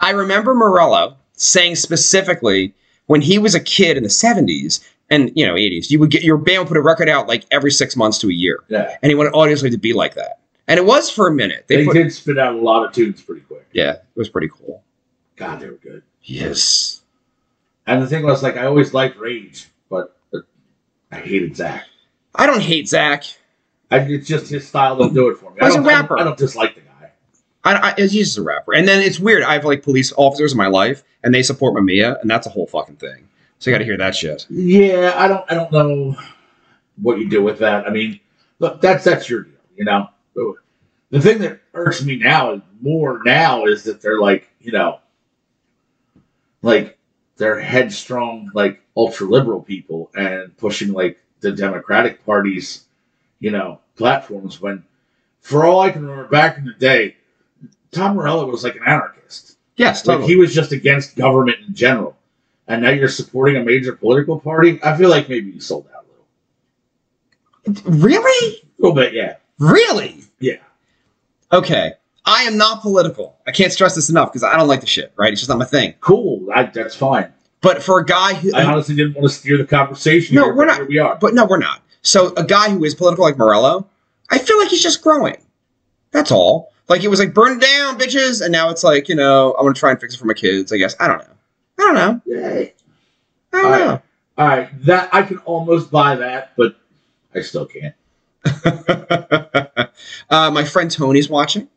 Speaker 1: I remember Morello saying specifically when he was a kid in the '70s and you know '80s, you would get your band would put a record out like every six months to a year,
Speaker 2: Yeah.
Speaker 1: and he wanted audio slave to be like that. And it was for a minute.
Speaker 2: They,
Speaker 1: They, put,
Speaker 2: did spit out a lot of tunes pretty quick.
Speaker 1: Yeah, it was pretty cool.
Speaker 2: God, they were good.
Speaker 1: Yes.
Speaker 2: And the thing was, like, I always liked Rage, but uh, I hated Zach.
Speaker 1: I don't hate Zach.
Speaker 2: I, it's just his style don't do it for me. I
Speaker 1: He's a
Speaker 2: don't, I don't-
Speaker 1: rapper.
Speaker 2: I don't dislike the guy.
Speaker 1: I, I, he's just a rapper. And then it's weird. I have like police officers in my life, and they support Mamiya, and that's a whole fucking thing. So you got to hear that shit.
Speaker 2: Yeah, I don't I don't know what you do with that. I mean, look, that's that's your deal, you know. The thing that irks me now is more now is that they're like, you know, like they're headstrong, like ultra liberal people and pushing like the Democratic Party's, you know, platforms when for all I can remember back in the day, Tom Morello was like an anarchist.
Speaker 1: Yes,
Speaker 2: Like
Speaker 1: totally.
Speaker 2: he was just against government in general, and now you're supporting a major political party. I feel like maybe you sold out a little,
Speaker 1: really?
Speaker 2: a little bit. Yeah,
Speaker 1: Really?
Speaker 2: yeah.
Speaker 1: Okay. I am not political. I can't stress this enough because I don't like the shit, right? It's just not my thing.
Speaker 2: Cool. I, that's fine.
Speaker 1: But for a guy who.
Speaker 2: I honestly didn't want to steer the conversation.
Speaker 1: No,
Speaker 2: here,
Speaker 1: we're
Speaker 2: but
Speaker 1: not-
Speaker 2: Here we are.
Speaker 1: but no, we're not. So a guy who is political like Morello, I feel like he's just growing. That's all. Like it was like burn it down, bitches, and now it's like you know I'm gonna try and fix it for my kids. I guess I don't know. I don't know. I
Speaker 2: Yay.
Speaker 1: don't
Speaker 2: All right.
Speaker 1: know.
Speaker 2: All right, that I can almost buy that, but I still can't.
Speaker 1: *laughs* uh, my friend Tony's watching.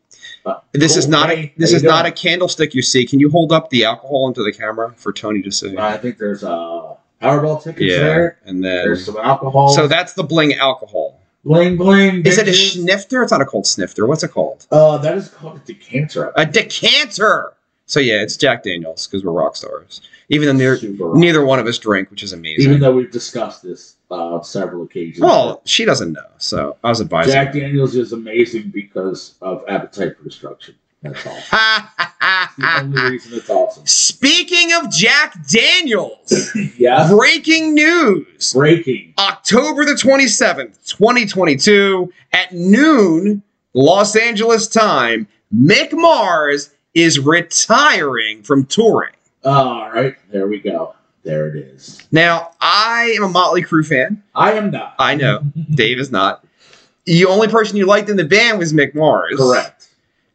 Speaker 2: Uh,
Speaker 1: This is
Speaker 2: cool.
Speaker 1: not
Speaker 2: Hey,
Speaker 1: a this
Speaker 2: how
Speaker 1: is
Speaker 2: you
Speaker 1: not a
Speaker 2: doing?
Speaker 1: candlestick you see. Can you hold up the alcohol into the camera for Tony to see?
Speaker 2: I think there's uh, Powerball tickets
Speaker 1: yeah,
Speaker 2: there.
Speaker 1: and then
Speaker 2: There's some alcohol.
Speaker 1: so that's the bling alcohol.
Speaker 2: bling bling.
Speaker 1: Is it a
Speaker 2: bitches.
Speaker 1: snifter? It's not a cold snifter. What's it called?
Speaker 2: uh, that is called a decanter.
Speaker 1: A decanter. So yeah, it's Jack Daniels because we're rock stars. Even though neither,
Speaker 2: Super
Speaker 1: neither one of us drink, which is amazing. Oh,
Speaker 2: even though we've discussed this uh, on several occasions.
Speaker 1: well, she doesn't know, so I was advising.
Speaker 2: Jack
Speaker 1: her.
Speaker 2: Daniels is amazing because of Appetite for Destruction. That's all. It's the
Speaker 1: Ah,
Speaker 2: only reason it's awesome.
Speaker 1: *laughs* Speaking of Jack Daniels,
Speaker 2: Yeah.
Speaker 1: breaking news.
Speaker 2: Breaking.
Speaker 1: October the 27th, 2022, at noon, Los Angeles time, Mick Mars is retiring from touring.
Speaker 2: Ah, All right. There we go. There it is.
Speaker 1: Now, I am a Motley Crue fan.
Speaker 2: I am not.
Speaker 1: I
Speaker 2: *laughs*
Speaker 1: know. Dave is not. The only person you liked in the band was Mick Mars.
Speaker 2: Correct.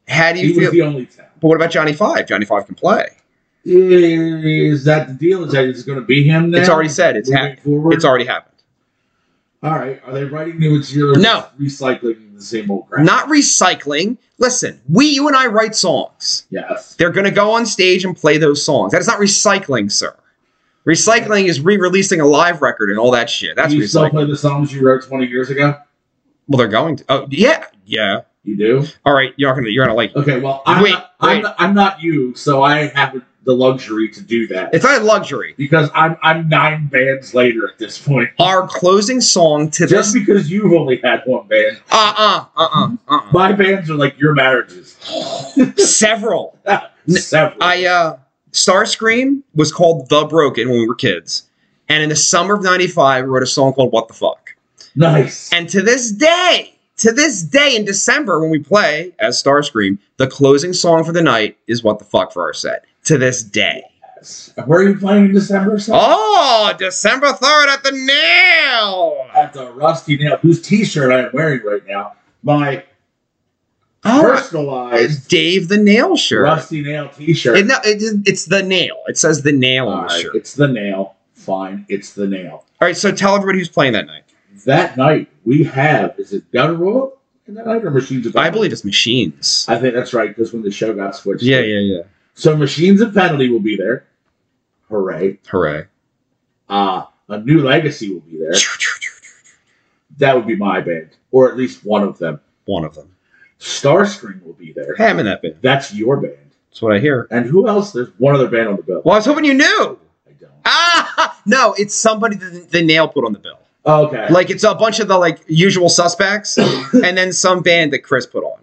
Speaker 1: How do you
Speaker 2: He was
Speaker 1: feel?
Speaker 2: the only town.
Speaker 1: but what about Johnny Five? Johnny Five can play.
Speaker 2: Is that the deal? Is that it's going to be him now?
Speaker 1: It's already said. It's
Speaker 2: Moving
Speaker 1: happened.
Speaker 2: forward?
Speaker 1: It's already happened.
Speaker 2: All right. Are they writing new material?
Speaker 1: No.
Speaker 2: Recycling the same old crap.
Speaker 1: Not recycling. Listen, we, you, and I write songs.
Speaker 2: Yes.
Speaker 1: They're going to go on stage and play those songs. That is not recycling, sir. Recycling is re-releasing a live record and all that shit. That's
Speaker 2: Do you still
Speaker 1: recycling.
Speaker 2: play the songs you wrote 20 years ago?
Speaker 1: Well, they're going to. Oh, yeah, yeah.
Speaker 2: You do?
Speaker 1: All right, you're not gonna. You're gonna like. It.
Speaker 2: Okay. Well, I'm,
Speaker 1: Wait,
Speaker 2: not, I'm,
Speaker 1: wait.
Speaker 2: not, I'm not you, so I have the luxury to do that.
Speaker 1: It's not a luxury.
Speaker 2: because I'm I'm nine bands later at this point.
Speaker 1: Our closing song to
Speaker 2: Just
Speaker 1: this.
Speaker 2: because you've only had one band,
Speaker 1: Uh uh uh uh uh.
Speaker 2: my bands are like your marriages.
Speaker 1: Several.
Speaker 2: Several.
Speaker 1: I uh, Starscream was called The Broken when we were kids, and in the summer of '95, we wrote a song called What the Fuck.
Speaker 2: nice.
Speaker 1: And to this day, to this day in December, when we play as Starscream, the closing song for the night is What the Fuck for our set. To this day.
Speaker 2: Yes. Where are you playing in December? Sir?
Speaker 1: Oh, December 3rd at the Nail!
Speaker 2: At the Rusty Nail, whose T-shirt I am wearing right now, my
Speaker 1: Oh, it's
Speaker 2: personalized
Speaker 1: Dave the Nail shirt.
Speaker 2: Rusty Nail T-shirt.
Speaker 1: It- no, it- it's the nail. It says the nail
Speaker 2: All
Speaker 1: on the
Speaker 2: right,
Speaker 1: shirt.
Speaker 2: it's the nail. Fine, it's the nail.
Speaker 1: All right, so tell everybody who's playing that night.
Speaker 2: That night we have is it Gutter Royal? And that night or Machines of
Speaker 1: I believe it's Machines.
Speaker 2: I think that's right because when the show got switched.
Speaker 1: Yeah, yeah, yeah.
Speaker 2: So Machines of Penalty will be there. Hooray.
Speaker 1: Hooray. *laughs*
Speaker 2: Uh, a new legacy will be there. That would be my band, or at least one of them.
Speaker 1: One of them.
Speaker 2: Starstring will be there.
Speaker 1: Hey, I'm in that band.
Speaker 2: That's your band.
Speaker 1: That's what I hear.
Speaker 2: And who else? There's one other band on the bill.
Speaker 1: Well, I was hoping you knew.
Speaker 2: I don't.
Speaker 1: Ah, *laughs* no, it's somebody that the nail put on the bill.
Speaker 2: Oh, okay.
Speaker 1: Like it's a bunch of the like usual suspects, and then some band that Chris put on.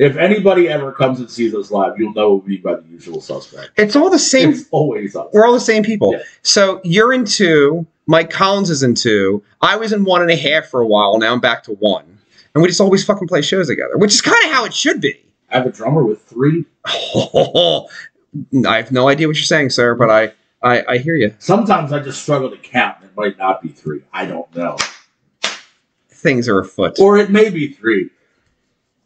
Speaker 2: if anybody ever comes and sees us live, you'll know it will be by the usual suspect.
Speaker 1: It's all the same.
Speaker 2: It's always us.
Speaker 1: We're all the same people.
Speaker 2: Yeah.
Speaker 1: So you're in two. Mike Collins is in two. I was in one and a half for a while. Now I'm back to one, and we just always fucking play shows together, which is kind of how it should be. *laughs*
Speaker 2: I have a drummer with three.
Speaker 1: I have no idea what you're saying, sir, but I I, I hear you.
Speaker 2: Sometimes I just struggle to count. and It might not be three. I don't know.
Speaker 1: Things are afoot.
Speaker 2: Or it may be three.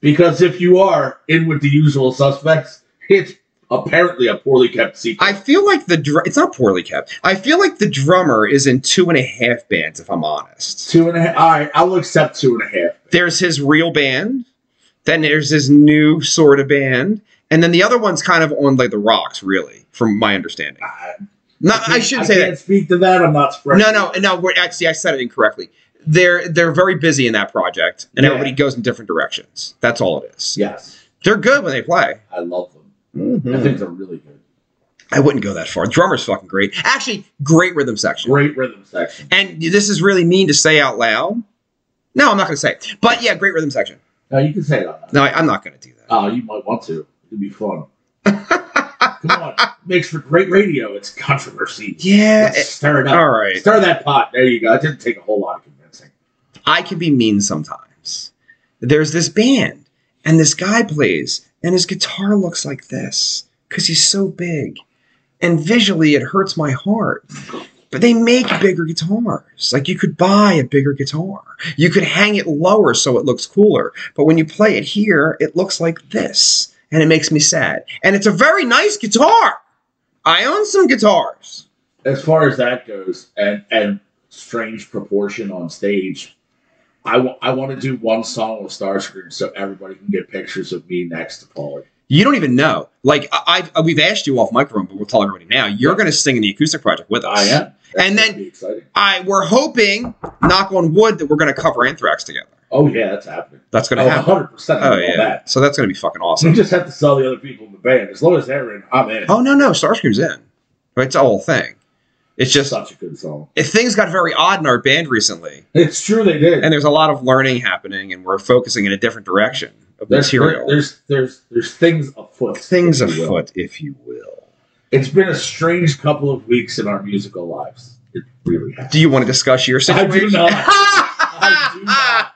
Speaker 2: Because if you are in with the usual suspects, it's apparently a poorly kept secret.
Speaker 1: I feel like the dr- it's not poorly kept. I feel like the drummer is in two and a half bands, if I'm honest.
Speaker 2: two and a half. All right, I'll accept two and a half.
Speaker 1: There's his real band, then there's his new sort of band, and then the other one's kind of on like the rocks, really, from my understanding.
Speaker 2: I,
Speaker 1: No, I shouldn't say
Speaker 2: can't
Speaker 1: that.
Speaker 2: speak to that. I'm not spreading.
Speaker 1: No, no, no. We're, actually, I said it incorrectly. They're they're very busy in that project, and
Speaker 2: Yeah.
Speaker 1: everybody goes in different directions. That's all it is.
Speaker 2: Yes,
Speaker 1: They're good when they play.
Speaker 2: I love them. I think they're really good.
Speaker 1: I wouldn't go that far. Drummer's fucking great. Actually, great rhythm section.
Speaker 2: Great rhythm section.
Speaker 1: And this is really mean to say out loud. No, I'm not going to say it. But yeah, great rhythm section.
Speaker 2: Now you can say it on that.
Speaker 1: No, I, I'm not going to do that.
Speaker 2: Oh, you might want to. It'd
Speaker 1: *laughs*
Speaker 2: be fun. Come on, makes for great radio. It's controversy.
Speaker 1: Yeah.
Speaker 2: Let's stir it
Speaker 1: it-
Speaker 2: up.
Speaker 1: Eh, all right.
Speaker 2: Stir that pot. There you go. It didn't take a whole lot of convincing.
Speaker 1: I can be mean sometimes. There's this band, and this guy plays, and his guitar looks like this because he's so big. And visually, it hurts my heart. But they make bigger guitars. Like you could buy a bigger guitar. You could hang it lower so it looks cooler. But when you play it here, it looks like this. And it makes me sad. And it's a very nice guitar. I own some guitars.
Speaker 2: as far as that goes, and and strange proportion on stage, I want to do one song with Starscream so everybody can get pictures of me next to Paulie.
Speaker 1: You don't even know. Like I, I we've asked you off microphone, but we'll tell everybody now. You're going to sing in the acoustic project with us.
Speaker 2: I am,
Speaker 1: And
Speaker 2: gonna
Speaker 1: then-
Speaker 2: be exciting.
Speaker 1: I we're hoping, knock on wood, that we're going to cover Anthrax together.
Speaker 2: Oh yeah, that's happening.
Speaker 1: That's going to
Speaker 2: Oh,
Speaker 1: happen.
Speaker 2: 100 percent.
Speaker 1: Oh yeah.
Speaker 2: that.
Speaker 1: So that's going to be fucking
Speaker 2: We
Speaker 1: awesome.
Speaker 2: just have to sell the other people in the band. As long as they're in, I'm in.
Speaker 1: oh no no, Starscream's in. It's a whole thing. It's just
Speaker 2: such a good song.
Speaker 1: if things got very odd in our band recently,
Speaker 2: It's true they did.
Speaker 1: and there's a lot of learning happening, and we're focusing in a different direction of
Speaker 2: there's,
Speaker 1: material.
Speaker 2: there's there's there's things afoot.
Speaker 1: things
Speaker 2: if you will.
Speaker 1: afoot, if you will.
Speaker 2: It's been a strange couple of weeks in our musical lives. It really has.
Speaker 1: Do you want to discuss your
Speaker 2: I
Speaker 1: situation?
Speaker 2: do
Speaker 1: *laughs*
Speaker 2: not. do not.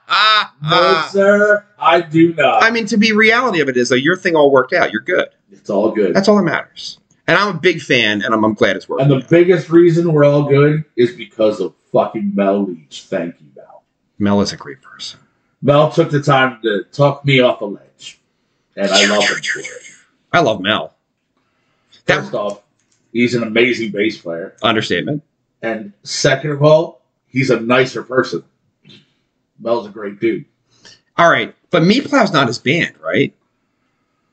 Speaker 2: No,
Speaker 1: Ah.
Speaker 2: sir. I do not.
Speaker 1: I mean, to be reality of it is though, your thing all worked out. You're good.
Speaker 2: it's all good.
Speaker 1: That's all that matters. And I'm a big fan, and I'm, I'm glad it's
Speaker 2: and
Speaker 1: working.
Speaker 2: the biggest reason we're all good is because of fucking Mel Leach. Thank you, Mel.
Speaker 1: Mel is a great person.
Speaker 2: Mel took the time to talk me off a ledge. And I love him for it.
Speaker 1: I love Mel. That-
Speaker 2: First off, he's an amazing bass player.
Speaker 1: Understatement.
Speaker 2: And second of all, he's a nicer person. Mel's a great dude.
Speaker 1: All right, but Meatplow's not his band, right?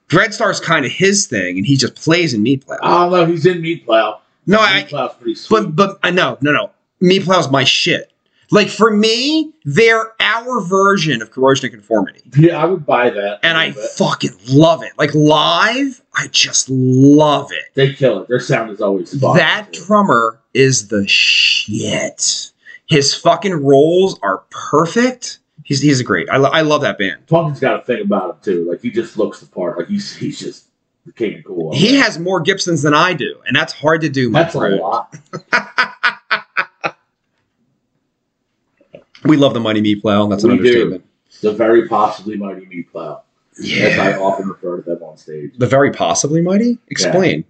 Speaker 1: Dreadstar's kind of his thing, and he just plays in Meatplow.
Speaker 2: I don't know, he's in Meat Plow.
Speaker 1: no, I,
Speaker 2: Meat Plow's pretty sweet.
Speaker 1: But but I know no no Meatplow's my shit. Like for me, they're our version of Corrosion of Conformity,
Speaker 2: yeah, I would buy that.
Speaker 1: and
Speaker 2: a
Speaker 1: I
Speaker 2: little bit.
Speaker 1: fucking love it. Like live, I just love it.
Speaker 2: they kill it. Their sound is always spot.
Speaker 1: That drummer is the shit. His fucking rolls are perfect. He's he's great. I, lo- I love that band.
Speaker 2: Pumpkin's got a thing about him too. Like he just looks the part. Like he's he's just the king of cool.
Speaker 1: He has more Gibsons than I do, and that's hard to do. My
Speaker 2: That's a
Speaker 1: friend.
Speaker 2: lot.
Speaker 1: We love the Mighty Meatplow. That's an
Speaker 2: We do.
Speaker 1: understatement.
Speaker 2: The very possibly mighty meat plow. As I
Speaker 1: Yeah,
Speaker 2: often refer to them on stage.
Speaker 1: the very possibly mighty. Explain.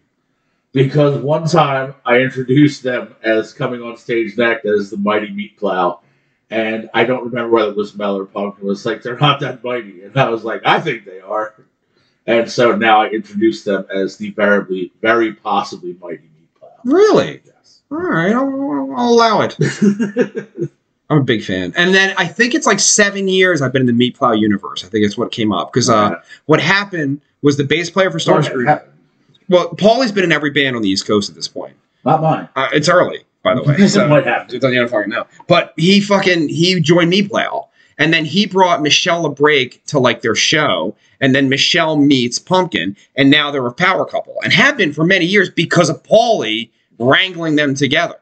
Speaker 2: Because one time I introduced them as coming on stage next as the mighty meat plow. And I don't remember whether it was Mel or Pumpkin was like, they're not that mighty. And I was like, I think they are. And so now I introduce them as the very, very possibly mighty meat plow.
Speaker 1: Really?
Speaker 2: Yes.
Speaker 1: All right, I'll- I'll, I'll allow
Speaker 2: *laughs*
Speaker 1: it. I'm a big fan. And then I think it's like seven years I've been in the Meat Plow universe. I think it's what came up because uh, what happened was the bass player for Starscream. Well, Paulie's been in every band on the East Coast at this point.
Speaker 2: Not mine.
Speaker 1: Uh, it's early, by the way.
Speaker 2: It
Speaker 1: So
Speaker 2: *laughs* might happen.
Speaker 1: it doesn't even fucking know. But he fucking he joined Meatplow, and then he brought Michelle LeBrake to like their show, and then Michelle meets Pumpkin, and now they're a power couple and have been for many years because of Paulie wrangling them together.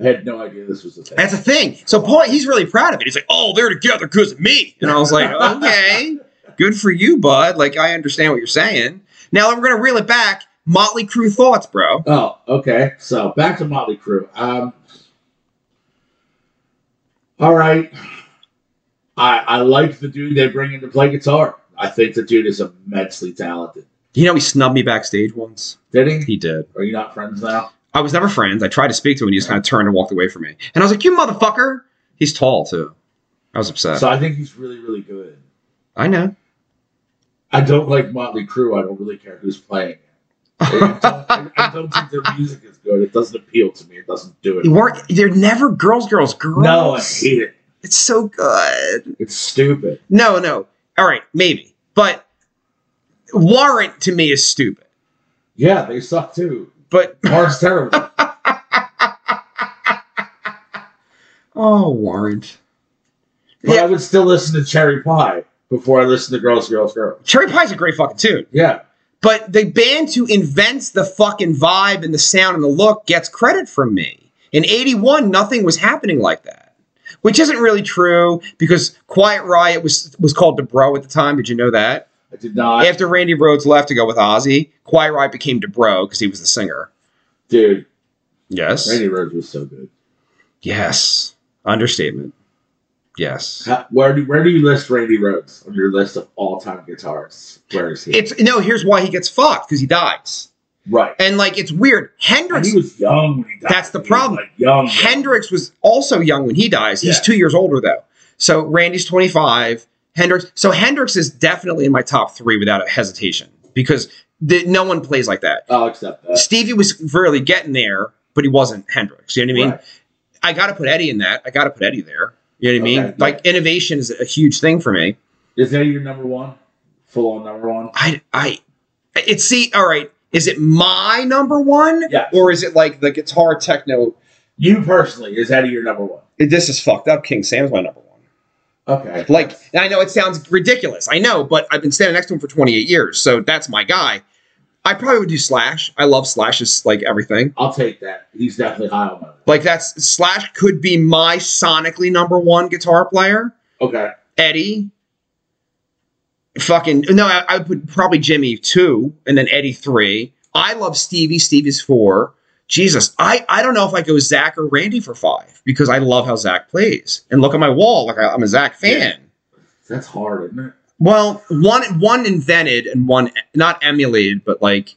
Speaker 2: I had no idea this was a thing.
Speaker 1: That's a thing. So Paul, he's really proud of it. He's like, "Oh, they're together because of me," and I was like, "Okay, good for you, bud. Like, I understand what you're saying." Now we're gonna reel it back. Motley Crue thoughts, bro.
Speaker 2: Oh, okay. So back to Motley Crue. Um, all right. I I like the dude they bring in to play guitar. I think the dude is immensely talented.
Speaker 1: You know, he snubbed me backstage once.
Speaker 2: Did he?
Speaker 1: He did.
Speaker 2: Are you not friends now?
Speaker 1: I was never friends. I tried to speak to him, and he just kind of turned and walked away from me. And I was like, "You motherfucker!" He's tall too. I was upset.
Speaker 2: So I think he's really really good.
Speaker 1: I know.
Speaker 2: I don't like Motley Crue. I don't really care
Speaker 1: *laughs*
Speaker 2: who's playing. I don't, I don't think their music is good. It doesn't appeal to me. It doesn't do it.
Speaker 1: You weren't. They're never girls, girls, girls.
Speaker 2: No, I hate it.
Speaker 1: It's so good.
Speaker 2: It's stupid.
Speaker 1: No, no. All right, maybe, but Warrant to me is stupid.
Speaker 2: Yeah, they suck too.
Speaker 1: But
Speaker 2: Mark's terrible.
Speaker 1: oh, Warrant.
Speaker 2: But
Speaker 1: Yeah.
Speaker 2: I would still listen to Cherry Pie before I listen to Girls, Girls, Girls.
Speaker 1: Cherry Pie's a great fucking tune.
Speaker 2: Yeah.
Speaker 1: But the band who invents the fucking vibe and the sound and the look gets credit from me. In 81, nothing was happening like that. Which isn't really true because Quiet Riot was was called DeBro at the time. Did you know that?
Speaker 2: I did not.
Speaker 1: After Randy Rhodes left to go with Ozzy, Quiet Riot became DeBro because he was the singer.
Speaker 2: Dude,
Speaker 1: Yes.
Speaker 2: Randy Rhodes was so good.
Speaker 1: Yes. Understatement. Yes.
Speaker 2: How- where, do, where do you list Randy Rhodes on your list of all time guitarists? Where is he?
Speaker 1: It's no, here's why he gets fucked because he dies.
Speaker 2: right.
Speaker 1: And like it's weird.
Speaker 2: And
Speaker 1: Hendrix
Speaker 2: he was young when he died.
Speaker 1: That's the
Speaker 2: He was,
Speaker 1: problem.
Speaker 2: Like young. young.
Speaker 1: Hendrix was also young when he dies. He's
Speaker 2: Yeah.
Speaker 1: two years older though. So Randy's 25. Hendrix. So Hendrix is definitely in my top three without a hesitation because the, no one plays like that.
Speaker 2: I'll accept that.
Speaker 1: Stevie was really getting there, but he wasn't Hendrix. You know what I mean?
Speaker 2: Right.
Speaker 1: I got to put Eddie in that. I got to put Eddie there. You know what I mean?
Speaker 2: Okay.
Speaker 1: Like innovation is a huge thing for me.
Speaker 2: Is that your number one? Full on number one?
Speaker 1: I, I, it's see. All right. Is it my number one?
Speaker 2: Yes.
Speaker 1: Or is it like the guitar techno?
Speaker 2: You personally, is Eddie your number one?
Speaker 1: This is fucked up. King Sam's my number one.
Speaker 2: Okay.
Speaker 1: Like, and I know it sounds ridiculous. I know, but I've been standing next to him for 28 years, so that's my guy. I probably would do Slash. I love Slash's like everything.
Speaker 2: I'll take that. He's definitely high on my list.
Speaker 1: Like that's Slash could be my sonically number one guitar player.
Speaker 2: Okay.
Speaker 1: Eddie. Fucking no, I, I would put probably Jimmy two, and then Eddie three. I love Stevie. Stevie's four. Jesus, I I don't know if I go Zach or Randy for five because I love how Zach plays. And look at my wall, like I, am a Zach fan.
Speaker 2: That's hard, isn't it?
Speaker 1: Well, one one invented and one not emulated, but like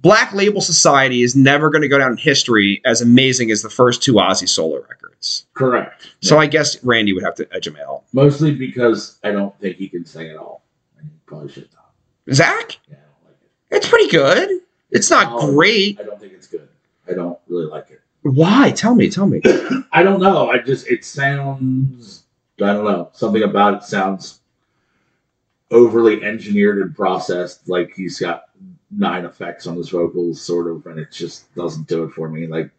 Speaker 1: Black Label Society is never going to go down in history as amazing as the first two Ozzy solo records.
Speaker 2: Correct.
Speaker 1: So I guess Randy would have to edge him out.
Speaker 2: Mostly because I don't think he can sing at all. And he probably should not.
Speaker 1: Zach,
Speaker 2: Yeah, I don't like it.
Speaker 1: it's pretty good. It's not
Speaker 2: Oh.
Speaker 1: great.
Speaker 2: I don't think it's good. I don't really like it.
Speaker 1: Why? Tell me. Tell me.
Speaker 2: I don't know. I just it sounds I don't know. Something about it sounds overly engineered and processed. Like he's got nine effects on his vocals, sort of, and it just doesn't do it for me. Like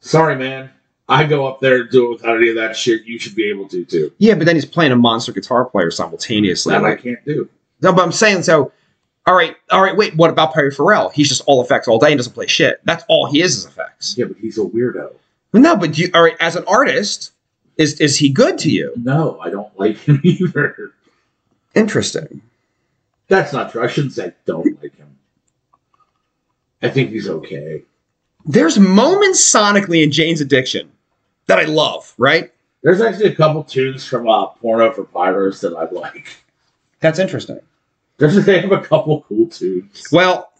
Speaker 2: sorry man. I go up there and do it without any of that shit. You should be able to too.
Speaker 1: Yeah, but then he's playing a monster guitar player simultaneously.
Speaker 2: That I
Speaker 1: Like,
Speaker 2: can't do.
Speaker 1: no, but I'm saying so. All right, all right. Wait, what about Perry Farrell? He's just all effects all day and doesn't play shit. That's all he is is effects.
Speaker 2: Yeah, but he's a weirdo.
Speaker 1: No, but you all right? As an artist, is is he good to you?
Speaker 2: No, I don't like him *laughs* either.
Speaker 1: Interesting.
Speaker 2: That's not true. I shouldn't say I don't like him. I think he's okay.
Speaker 1: There's moments sonically in Jane's Addiction that I love. Right?
Speaker 2: There's actually a couple tunes from uh, Porno for Pyros that I like.
Speaker 1: That's interesting.
Speaker 2: There's they have a couple cool tunes.
Speaker 1: Well,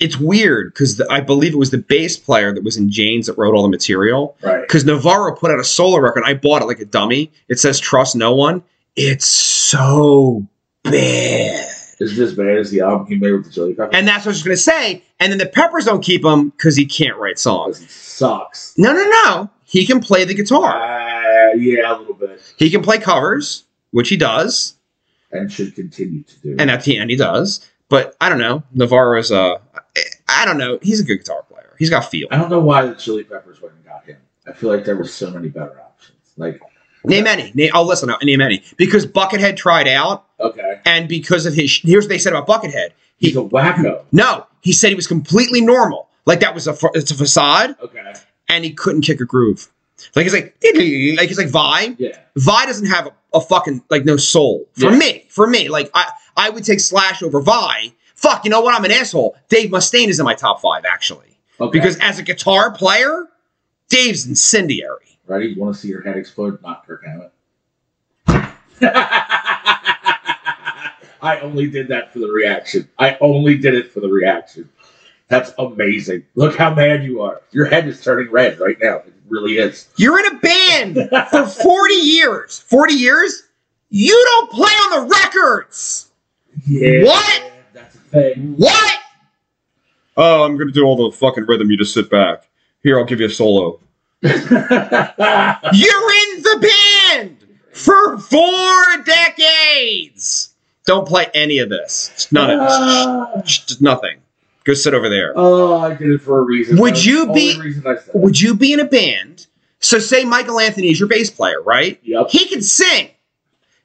Speaker 1: it's weird because I believe it was the bass player that was in Jane's that wrote all the material.
Speaker 2: Right.
Speaker 1: Because Navarro put out a solo record, I bought it like a dummy. It says "Trust No One." It's so bad.
Speaker 2: Is this as bad as the album he made with the Chili Peppers?
Speaker 1: And that's what I was gonna say. And then the Peppers don't keep him because he can't write songs.
Speaker 2: It sucks.
Speaker 1: No, no, no. He can play the guitar.
Speaker 2: Uh, yeah, a little bit.
Speaker 1: He can play covers, which he does,
Speaker 2: And should continue to do.
Speaker 1: and at the end he does. But I don't know. Navarro's a, I don't know. He's a good guitar player. He's got feel.
Speaker 2: I don't know why the Chili Peppers went and got him. I feel like there were so many better options. Like,
Speaker 1: oh, Name any. Name, I'll listen. I'll name any because Buckethead tried out,
Speaker 2: Okay.
Speaker 1: and because of his here's what they said about Buckethead. He-
Speaker 2: He's a wacko.
Speaker 1: No, he said he was completely normal. Like that was a fa- it's a facade,
Speaker 2: Okay.
Speaker 1: and he couldn't kick a groove. Like he's like like he's like Vi.
Speaker 2: Yeah.
Speaker 1: Vi doesn't have a, a fucking like no soul. For
Speaker 2: Yeah.
Speaker 1: me, for me, like I I would take Slash over Vi. Fuck, you know what? I'm an asshole. Dave Mustaine is in my top five actually
Speaker 2: Okay.
Speaker 1: because as a guitar player, Dave's incendiary.
Speaker 2: Ready? You want to see your head explode? Not Kirk Hammett. I only did that for the reaction. I only did it for the reaction. That's amazing. Look how mad you are. Your head is turning red right now. It really is.
Speaker 1: You're in a band for 40 years. 40 years? You don't play on the records.
Speaker 2: Yeah.
Speaker 1: What?
Speaker 2: That's a
Speaker 1: *laughs*
Speaker 2: thing.
Speaker 1: What?
Speaker 3: Oh, I'm gonna do all the fucking rhythm. You just sit back. Here, I'll give you a solo.
Speaker 1: You're in the band for four decades. Don't play any of this. It's none of this.
Speaker 2: Uh.
Speaker 1: Just- just nothing. Go sit over there.
Speaker 2: Ah. oh, I did it for a reason.
Speaker 1: Would
Speaker 2: That was
Speaker 1: you
Speaker 2: the only
Speaker 1: be-
Speaker 2: reason I said it.
Speaker 1: Would you be in a band? So say Michael Anthony is your bass player, right?
Speaker 2: Yep.
Speaker 1: He can sing.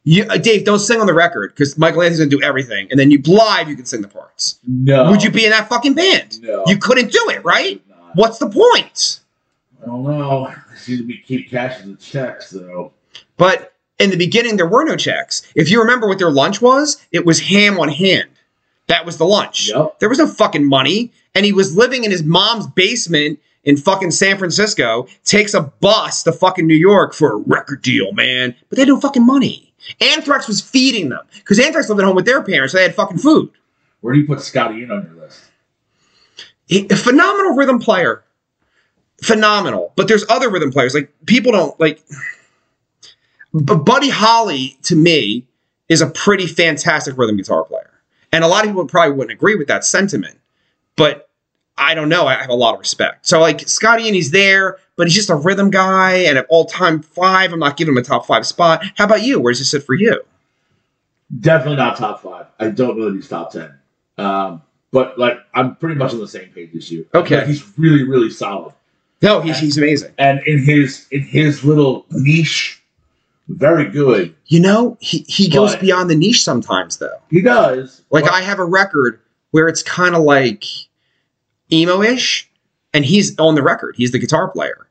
Speaker 1: You, uh, Dave, don't sing on the record because Michael Anthony's gonna do everything, and then you live you can sing the parts.
Speaker 2: No.
Speaker 1: Would you be in that fucking band?
Speaker 2: No.
Speaker 1: You couldn't do it, right?
Speaker 2: Not.
Speaker 1: What's the point?
Speaker 2: I don't know. I seem to be keep cashing the checks though.
Speaker 1: But in the beginning, there were no checks. If you remember what their lunch was, it was ham on hand. That was the lunch.
Speaker 2: Yep.
Speaker 1: There was no fucking money. And he was living in his mom's basement in fucking San Francisco, takes a bus to fucking New York for a record deal, man. But they had no fucking money. Anthrax was feeding them because Anthrax lived at home with their parents, so they had fucking food.
Speaker 2: Where do you put Scotty in on your list?
Speaker 1: He- a phenomenal rhythm player. Phenomenal. But there's other rhythm players. Like people don't like but Buddy Holly to me is a pretty fantastic rhythm guitar player. And a lot of people probably wouldn't agree with that sentiment. But I don't know. I have a lot of respect. So like Scotty and he's there, but he's just a rhythm guy and an all-time five. I'm not giving him a top five spot. How about you? Where's this sit for you?
Speaker 2: Definitely not top five. I don't know that he's top ten. Um, but like I'm pretty much on the same page as you.
Speaker 1: Okay.
Speaker 2: Like, he's really, really solid.
Speaker 1: No, he's he's amazing.
Speaker 2: And in his in his little niche, very good.
Speaker 1: You know, he, he goes
Speaker 2: But-
Speaker 1: beyond the niche sometimes though.
Speaker 2: He does.
Speaker 1: Like
Speaker 2: but
Speaker 1: I have a record where it's kind of like emo-ish, and he's on the record. He's the guitar player,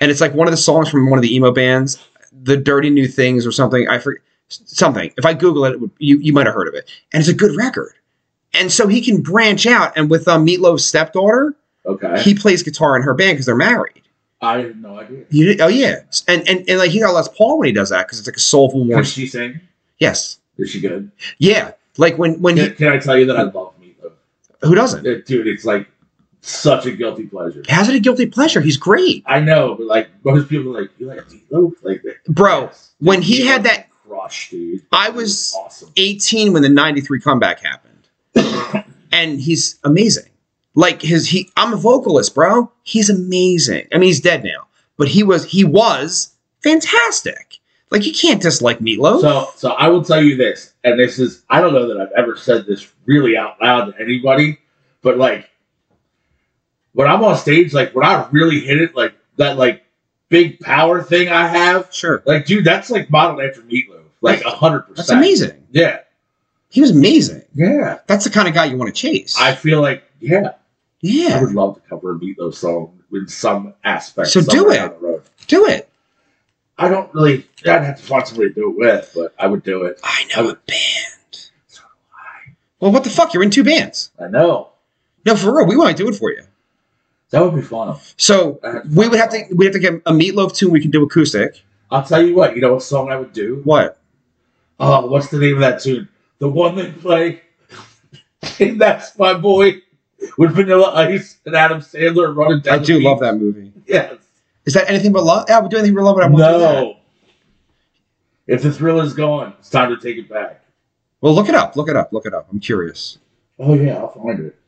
Speaker 1: and it's like one of the songs from one of the emo bands, "The Dirty New Things" or something. I forget something. If I Google it, it would, you you might have heard of it, and it's a good record. And so he can branch out, and with um, Meatloaf's stepdaughter,
Speaker 2: Okay.
Speaker 1: he plays guitar in her band because they're married.
Speaker 2: I have no idea.
Speaker 1: You did- oh yeah, and and and like he got Les Paul when he does that because it's like a soulful more.
Speaker 2: Does she sing?
Speaker 1: Yes,
Speaker 2: Is she good?
Speaker 1: yeah, like when when he
Speaker 2: Can, can I tell you that I love Meatloaf?
Speaker 1: who doesn't?
Speaker 2: Uh, Dude, it's like such a guilty pleasure.
Speaker 1: How's it a guilty pleasure? He's great.
Speaker 2: I know, but like most people are like, you like Meatloaf? Like
Speaker 1: Bro,
Speaker 2: yes.
Speaker 1: when he had that-
Speaker 2: crush, dude.
Speaker 1: I
Speaker 2: It
Speaker 1: was-
Speaker 2: awesome.
Speaker 1: 18 when the 93 comeback
Speaker 2: *coughs*
Speaker 1: happened. and he's amazing. Like his he I'm a vocalist, bro. He's amazing. I mean, he's dead now, but he was he was fantastic. Like you can't dislike Meatloaf.
Speaker 2: So, so I will tell you this, and this is I don't know that I've ever said this really out loud to anybody, but like when I'm on stage, like when I really hit it, like that, like big power thing I have,
Speaker 1: sure.
Speaker 2: like dude, that's like modeled after Meatloaf, like
Speaker 1: That's-
Speaker 2: hundred percent.
Speaker 1: That's amazing.
Speaker 2: Yeah,
Speaker 1: He was amazing.
Speaker 2: yeah.
Speaker 1: That's the kind of guy you want to chase.
Speaker 2: I feel like yeah, I
Speaker 1: yeah.
Speaker 2: would love to cover a Meatloaf song in some aspect.
Speaker 1: So do
Speaker 2: somewhere
Speaker 1: it.
Speaker 2: down the road.
Speaker 1: Do it.
Speaker 2: I don't really. I'd have to find somebody to do it with, but I would do it.
Speaker 1: I know a band. Well, what the fuck? You're in two bands.
Speaker 2: I know
Speaker 1: No, for real, we want to do it for you.
Speaker 2: that would be fun.
Speaker 1: So
Speaker 2: Uh,
Speaker 1: we would have to we have to get a meatloaf tune we can do acoustic.
Speaker 2: I'll tell you what. You know what song I would do?
Speaker 1: What?
Speaker 2: Oh, what's the name of that tune? The one they play. *laughs* and that's my boy with Vanilla Ice and Adam Sandler running
Speaker 1: I
Speaker 2: down. the
Speaker 1: do
Speaker 2: beach.
Speaker 1: love that movie.
Speaker 2: Yes.
Speaker 1: Is that anything but love? Yeah, we do anything but love. But I won't do that.
Speaker 2: No. If the thriller's gone, it's time to take it back.
Speaker 1: Well, look it up. Look it up. Look it up. I'm curious.
Speaker 2: Oh yeah, I'll find it.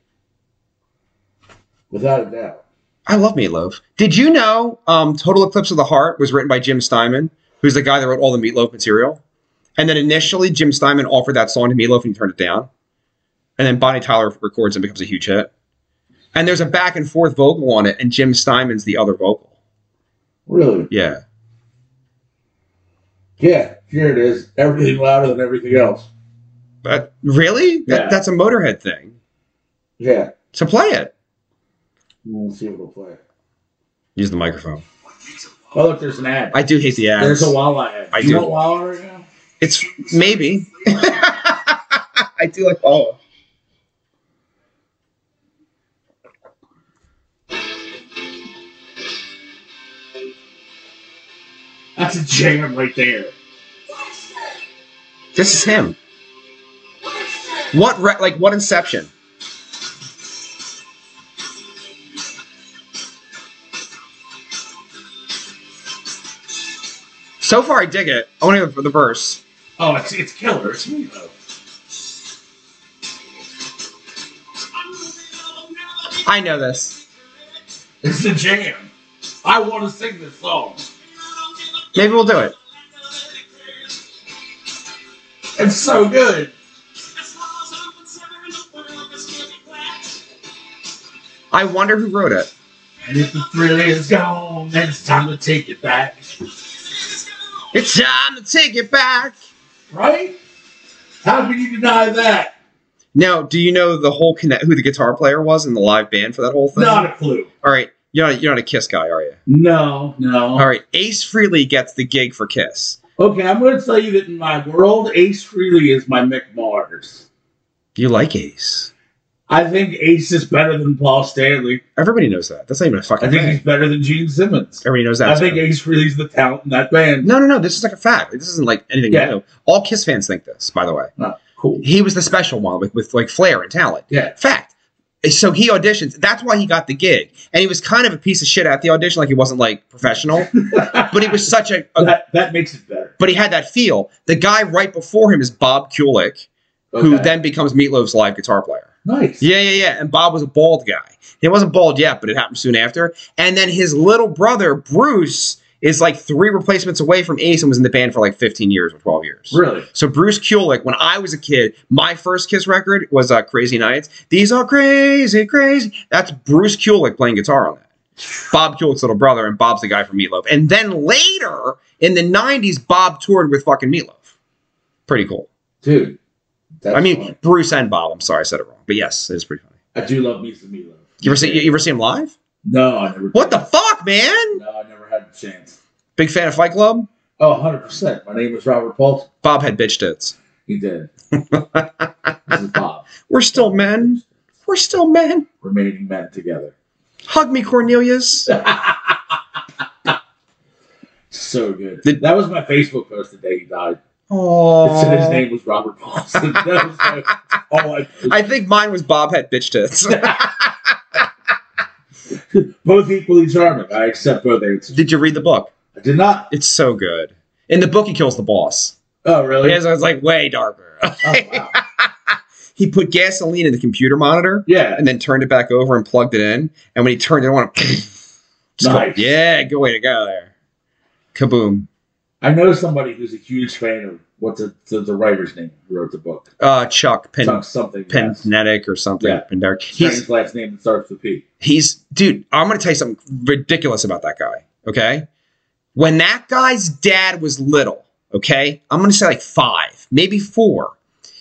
Speaker 2: Without a doubt.
Speaker 1: I love Meatloaf. Did you know um, Total Eclipse of the Heart was written by Jim Steinman, who's the guy that wrote all the Meatloaf material? And then initially, Jim Steinman offered that song to Meatloaf and he turned it down. And then Bonnie Tyler records and becomes a huge hit. And there's a back and forth vocal on it, and Jim Steinman's the other vocal.
Speaker 2: Really?
Speaker 1: Yeah.
Speaker 2: Yeah. Here it is. Everything louder than everything else.
Speaker 1: But really, that,
Speaker 2: Yeah.
Speaker 1: that's a Motorhead thing.
Speaker 2: Yeah.
Speaker 1: So play it.
Speaker 2: We'll see what it'll play.
Speaker 1: Use the microphone.
Speaker 2: Oh, look, there's an ad.
Speaker 1: I do hate the ads.
Speaker 2: There's a Wawa ad.
Speaker 1: I
Speaker 2: you
Speaker 1: do.
Speaker 2: want Wawa right now?
Speaker 1: It's maybe. *laughs* I do like all.
Speaker 2: That's a jam right there.
Speaker 1: This is him. What re- like what Inception? So far, I dig it. I want to hear the verse.
Speaker 2: Oh, it's it's killer. It's me though.
Speaker 1: I know this.
Speaker 2: It's the jam. I want to sing this song.
Speaker 1: Maybe we'll do it.
Speaker 2: It's so good.
Speaker 1: I wonder who wrote it.
Speaker 2: And if the thrill is gone, then it's time to take it back.
Speaker 1: It's time to take it back.
Speaker 2: Right? How can you deny that?
Speaker 1: Now, do you know the whole connect who the guitar player was in the live band for that whole thing?
Speaker 2: Not a clue.
Speaker 1: All right, you're not, you're not a Kiss guy, are you?
Speaker 2: No, no.
Speaker 1: All right, Ace Frehley gets the gig for Kiss.
Speaker 2: Okay, I'm going to tell you that in my world, Ace Frehley is my Mick Mars.
Speaker 1: You like Ace?
Speaker 2: I think Ace is better than Paul Stanley.
Speaker 1: Everybody knows that. That's not even a
Speaker 2: I
Speaker 1: fucking
Speaker 2: think
Speaker 1: thing.
Speaker 2: he's better than Gene Simmons.
Speaker 1: Everybody knows that.
Speaker 2: I think
Speaker 1: too.
Speaker 2: Ace Frehley's the talent in that band.
Speaker 1: no, no, no. This is like a fact. This isn't like anything
Speaker 2: Yeah.
Speaker 1: new. All Kiss fans think this, by the way.
Speaker 2: Oh, cool.
Speaker 1: He was the special one with, with like flair and talent.
Speaker 2: Yeah.
Speaker 1: Fact. So he auditions. That's why he got the gig. And he was kind of a piece of shit at the audition. Like he wasn't like
Speaker 2: *laughs*
Speaker 1: professional, but he was such a, a-
Speaker 2: that, that makes it better.
Speaker 1: but he had that feel. The guy right before him is Bob Kulick, who
Speaker 2: Okay.
Speaker 1: then becomes Meatloaf's live guitar player.
Speaker 2: nice.
Speaker 1: Yeah, yeah, yeah. And Bob was a bald guy. He wasn't bald yet, but it happened soon after. And then his little brother, Bruce, is like three replacements away from Ace and was in the band for like 15 years or 12 years.
Speaker 2: Really?
Speaker 1: So Bruce Kulick, when I was a kid, my first Kiss record was uh, Crazy Nights. These are crazy, crazy. That's Bruce Kulick playing guitar on that. Bob Kulick's little brother, and Bob's the guy from Meatloaf. And then later in the 90s, Bob toured with fucking Meatloaf. Pretty cool.
Speaker 2: Dude. That's
Speaker 1: I mean,
Speaker 2: funny.
Speaker 1: Bruce and Bob. I'm sorry I said it wrong. But yes, it is pretty funny.
Speaker 2: I do love me some Meatloaf.
Speaker 1: You ever see you ever see him live?
Speaker 2: No, I never.
Speaker 1: What the fuck, man?
Speaker 2: No, I never had the chance.
Speaker 1: Big fan of Fight Club?
Speaker 2: Oh, 100 percent. My name is Robert Paulson.
Speaker 1: Bob had bitch tits.
Speaker 2: He
Speaker 1: *laughs*
Speaker 2: did. this is Bob.
Speaker 1: We're still men. We're still men.
Speaker 2: Remaining men together.
Speaker 1: Hug me,
Speaker 2: *laughs*
Speaker 1: Cornelius.
Speaker 2: So good.
Speaker 1: Did-
Speaker 2: that was my Facebook post the day he died. It said his
Speaker 1: Oh.
Speaker 2: name was Robert Paulson. *laughs* that was like, all I,
Speaker 1: I think mine was Bob had bitch tits.
Speaker 2: both equally charming. I accept both
Speaker 1: *laughs*
Speaker 2: answers.
Speaker 1: Did you read the book?
Speaker 2: I did not.
Speaker 1: It's so good. In the book, he kills the boss.
Speaker 2: Oh, really?
Speaker 1: Yes, I was like way darker.
Speaker 2: Oh, wow.
Speaker 1: *laughs* he put gasoline in the computer monitor
Speaker 2: Yeah.
Speaker 1: and then turned it back over and plugged it in. And when he turned it *laughs* on, just go,
Speaker 2: Nice.
Speaker 1: yeah, good way to go there. Kaboom.
Speaker 2: I know somebody who's a huge fan of what's the, the, the writer's name who wrote the book.
Speaker 1: Uh, Chuck Pin.
Speaker 2: Chuck something. yes.
Speaker 1: Penetic or something.
Speaker 2: Yeah.
Speaker 1: Pendark. He's
Speaker 2: Chinese last name that starts with P.
Speaker 1: he's dude. I'm gonna tell you something ridiculous about that guy. Okay, when that guy's dad was little, okay, I'm gonna say like five, maybe four.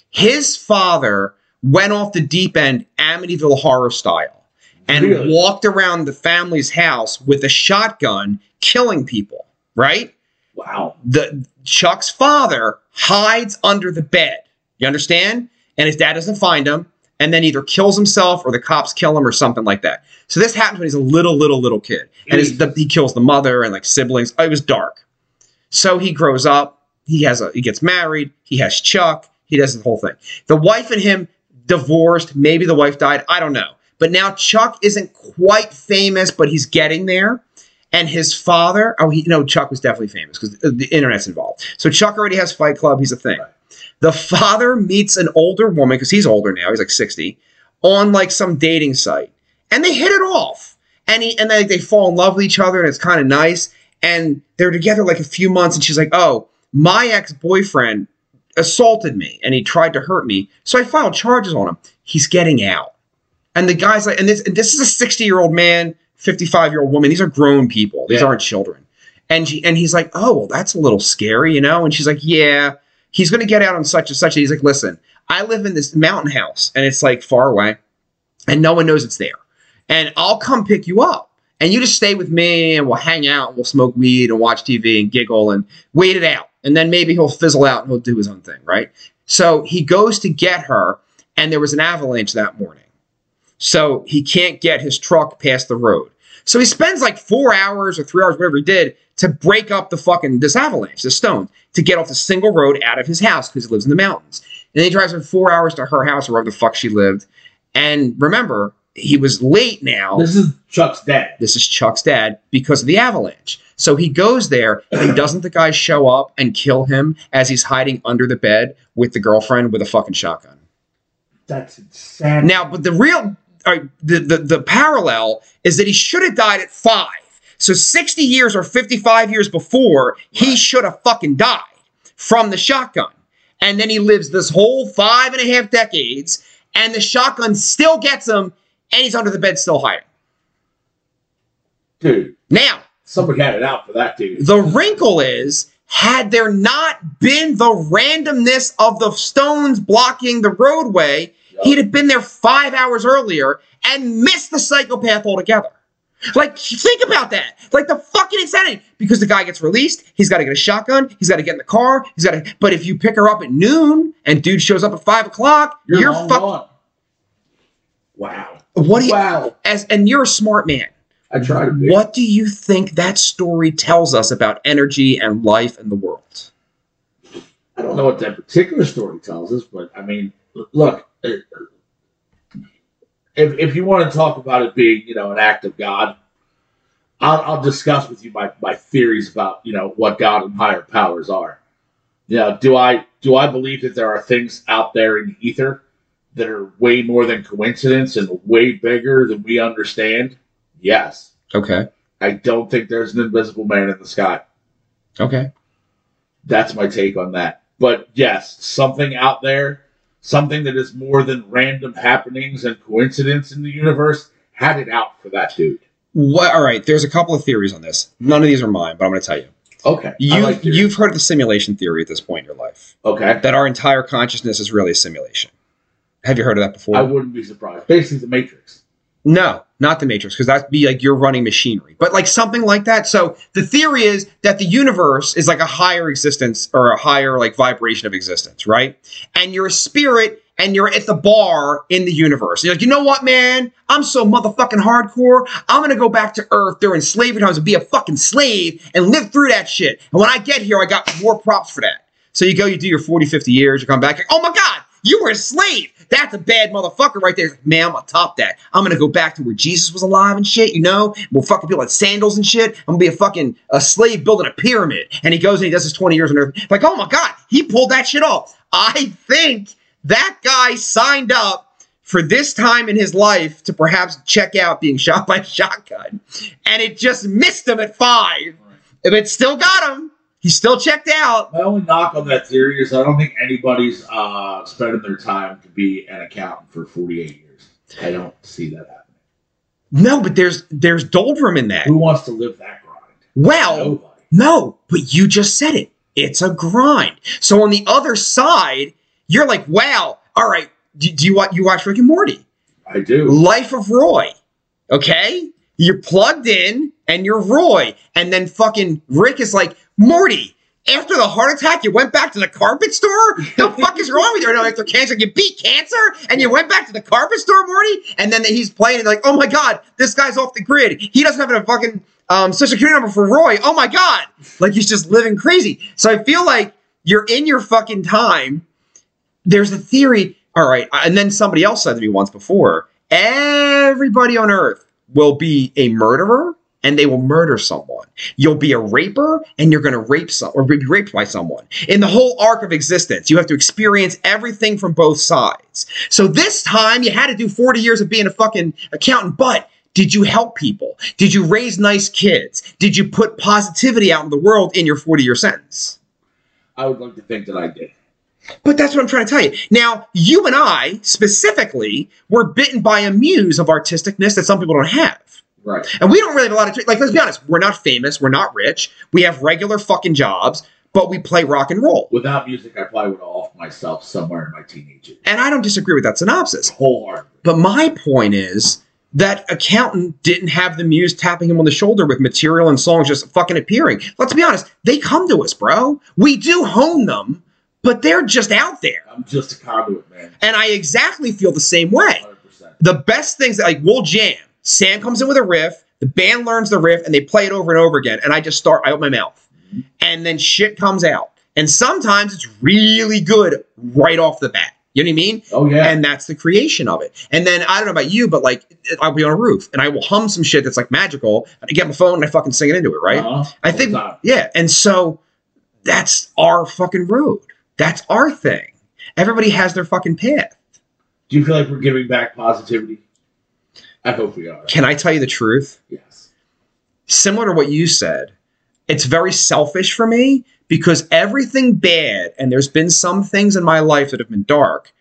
Speaker 1: His father went off the deep end, Amityville horror style, and
Speaker 2: Really?
Speaker 1: walked around the family's house with a shotgun, killing people. Right
Speaker 2: Wow.
Speaker 1: the Chuck's father hides under the bed. You understand? And his dad doesn't find him, and then either kills himself or the cops kill him or something like that. So this happens when he's a little, little, little kid, and his, the, he kills the mother and like siblings. It was dark. So he grows up. He has a he gets married. He has Chuck. He does the whole thing. The wife and him divorced. Maybe the wife died. I don't know. But now Chuck isn't quite famous, but he's getting there and his father. Oh, he no, Chuck was definitely famous because the internet's involved. So Chuck already has Fight Club. He's a thing. The father meets an older woman because he's older now. He's like sixty on like some dating site, and they hit it off. And he and they they fall in love with each other, and it's kind of nice. And they're together like a few months, and she's like, "Oh, my ex boyfriend assaulted me, and he tried to hurt me, so I filed charges on him. He's getting out." And the guy's like, and this and this is a 60 year old man, 55 year old woman. These are grown people. These
Speaker 2: Yeah.
Speaker 1: aren't children. And she, and he's like, oh, well, that's a little scary, you know. And she's like, yeah, he's going to get out on such and such. And he's like, listen, I live in this mountain house and it's like far away and no one knows it's there. And I'll come pick you up and you just stay with me and we'll hang out and we'll smoke weed and watch TV and giggle and wait it out. And then maybe he'll fizzle out and he'll do his own thing, right? So he goes to get her and there was an avalanche that morning. So he can't get his truck past the road. So he spends like four hours or three hours, whatever he did, to break up the fucking this avalanche, this stone, to get off the single road out of his house because he lives in the mountains. And then he drives for four hours to her house or wherever the fuck she lived. And remember, he was late now.
Speaker 2: This is Chuck's dad.
Speaker 1: This is Chuck's dad because of the avalanche. So he goes there, and doesn't the guy show up and kill him as he's hiding under the bed with the girlfriend with a fucking shotgun?
Speaker 2: That's insane.
Speaker 1: Now, but the real, uh, the, the the parallel is that he should have died at five. So sixty years or fifty-five years before, he
Speaker 2: Right.
Speaker 1: should have fucking died from the shotgun, and then he lives this whole five and a half decades, and the shotgun still gets him, and he's under the bed still hiding.
Speaker 2: dude,
Speaker 1: Now,
Speaker 2: somebody had it out for that dude.
Speaker 1: the wrinkle is. Had there not been the randomness of the stones blocking the roadway, He'd have been there five hours earlier and missed the psychopath altogether. Like, think about that. Like the fucking insanity. Because the guy gets released, he's got to get a shotgun, he's got to get in the car, he's got to. But if you pick her up at noon and dude shows up at five o'clock,
Speaker 2: you're,
Speaker 1: you're,
Speaker 2: long
Speaker 1: fuck.
Speaker 2: gone. Wow.
Speaker 1: What do you
Speaker 2: Wow.
Speaker 1: as? And you're a smart man.
Speaker 2: I try to be.
Speaker 1: What do you think that story tells us about energy and life and the world?
Speaker 2: I don't know what that particular story tells us, but I mean, l- look, it- if, if you want to talk about it being, you know, an act of God, I'll, I'll discuss with you my, my theories about, you know, what God and higher powers are. You know, do I do I believe that there are things out there in the ether that are way more than coincidence and way bigger than we understand? Yes.
Speaker 1: Okay.
Speaker 2: I don't think there's an invisible man in the sky
Speaker 1: Okay.
Speaker 2: that's my take on that. But yes, something out there, something that is more than random happenings and coincidence in the universe, had it out for that dude.
Speaker 1: What? All right. There's a couple of theories on this. None of these are mine, but I'm going to tell you.
Speaker 2: Okay, I
Speaker 1: You
Speaker 2: like your-
Speaker 1: you've heard of the simulation theory at this point in your life.
Speaker 2: okay.
Speaker 1: that our entire consciousness is really a simulation. Have you heard of that before?
Speaker 2: I wouldn't be surprised. Basically, the Matrix.
Speaker 1: no, not the Matrix, because that'd be like you're running machinery, but like something like that. So the theory is that the universe is like a higher existence or a higher like vibration of existence, right? And you're a spirit and you're at the bar in the universe. You're like, you know what, man? I'm so motherfucking hardcore. I'm gonna go back to Earth during slavery times and be a fucking slave and live through that shit. And when I get here, I got more props for that. So you go, you do your 40, 50 years, you come back, you're, oh my God, you were a slave. That's a bad motherfucker right there. Man, I'm gonna top that. I'm gonna go back to where Jesus was alive and shit, you know? We'll fucking people like sandals and shit. I'm gonna be a fucking a slave building a pyramid. And he goes and he does his 20 years on earth. Like, oh my God, he pulled that shit off. I think that guy signed up for this time in his life to perhaps check out being shot by a shotgun. And it just missed him at five. But it still got him. He still checked out.
Speaker 2: My only knock on that theory is I don't think anybody's uh, spending their time to be an accountant for 48 years. I don't see that happening.
Speaker 1: No, but there's there's doldrum in that.
Speaker 2: Who wants to live that grind?
Speaker 1: Well,
Speaker 2: Nobody.
Speaker 1: no, but you just said it. It's a grind. So on the other side, you're like, wow, all right. Do, do you want you watch Rick and Morty?
Speaker 2: I do.
Speaker 1: Life of Roy. Okay? You're plugged in and you're Roy. And then fucking Rick is like, Morty, after the heart attack, you went back to the carpet store? The fuck is wrong with you? No, after cancer, you beat cancer and you went back to the carpet store, Morty? And then he's playing and like, oh my god, this guy's off the grid. He doesn't have a fucking um, social security number for Roy. Oh my god. Like he's just living crazy. So I feel like you're in your fucking time. There's a theory. All right. And then somebody else said to me once before everybody on earth will be a murderer and they will murder someone. You'll be a raper and you're going to rape some or be raped by someone. In the whole arc of existence, you have to experience everything from both sides. So this time you had to do 40 years of being a fucking accountant, but did you help people? Did you raise nice kids? Did you put positivity out in the world in your 40 year sentence?
Speaker 2: I would like to think that I did.
Speaker 1: But that's what I'm trying to tell you. Now, you and I specifically were bitten by a muse of artisticness that some people don't have.
Speaker 2: Right.
Speaker 1: And we don't really have a lot of, like, let's be honest, we're not famous, we're not rich, we have regular fucking jobs, but we play rock and roll.
Speaker 2: Without music, I probably would have offed myself somewhere in my teenage years.
Speaker 1: And I don't disagree with that synopsis.
Speaker 2: Wholeheartedly.
Speaker 1: But my point is that accountant didn't have the muse tapping him on the shoulder with material and songs just fucking appearing. Let's be honest, they come to us, bro. We do hone them, but they're just out there.
Speaker 2: I'm just a conduit, man.
Speaker 1: And I exactly feel the same way.
Speaker 2: 100%.
Speaker 1: The best things, like we'll jam. Sam comes in with a riff, the band learns the riff, and they play it over and over again. And I just start, I open my mouth.
Speaker 2: Mhm.
Speaker 1: And then shit comes out. And sometimes it's really good right off the bat. You know what I mean?
Speaker 2: Oh, yeah.
Speaker 1: and that's the creation of it. And then I don't know about you, but like I'll be on a roof and I will hum some shit that's like magical. And I get my phone and I fucking sing it into it, right?
Speaker 2: Uh-huh.
Speaker 1: I
Speaker 2: All the
Speaker 1: think-
Speaker 2: time.
Speaker 1: Yeah. And so that's our fucking road. That's our thing. Everybody has their fucking path.
Speaker 2: Do you feel like we're giving back positivity? I hope we are.
Speaker 1: Can I tell you the truth?
Speaker 2: Yes.
Speaker 1: Similar to what you said, it's very selfish for me because everything bad, and there's been some things in my life that have been dark,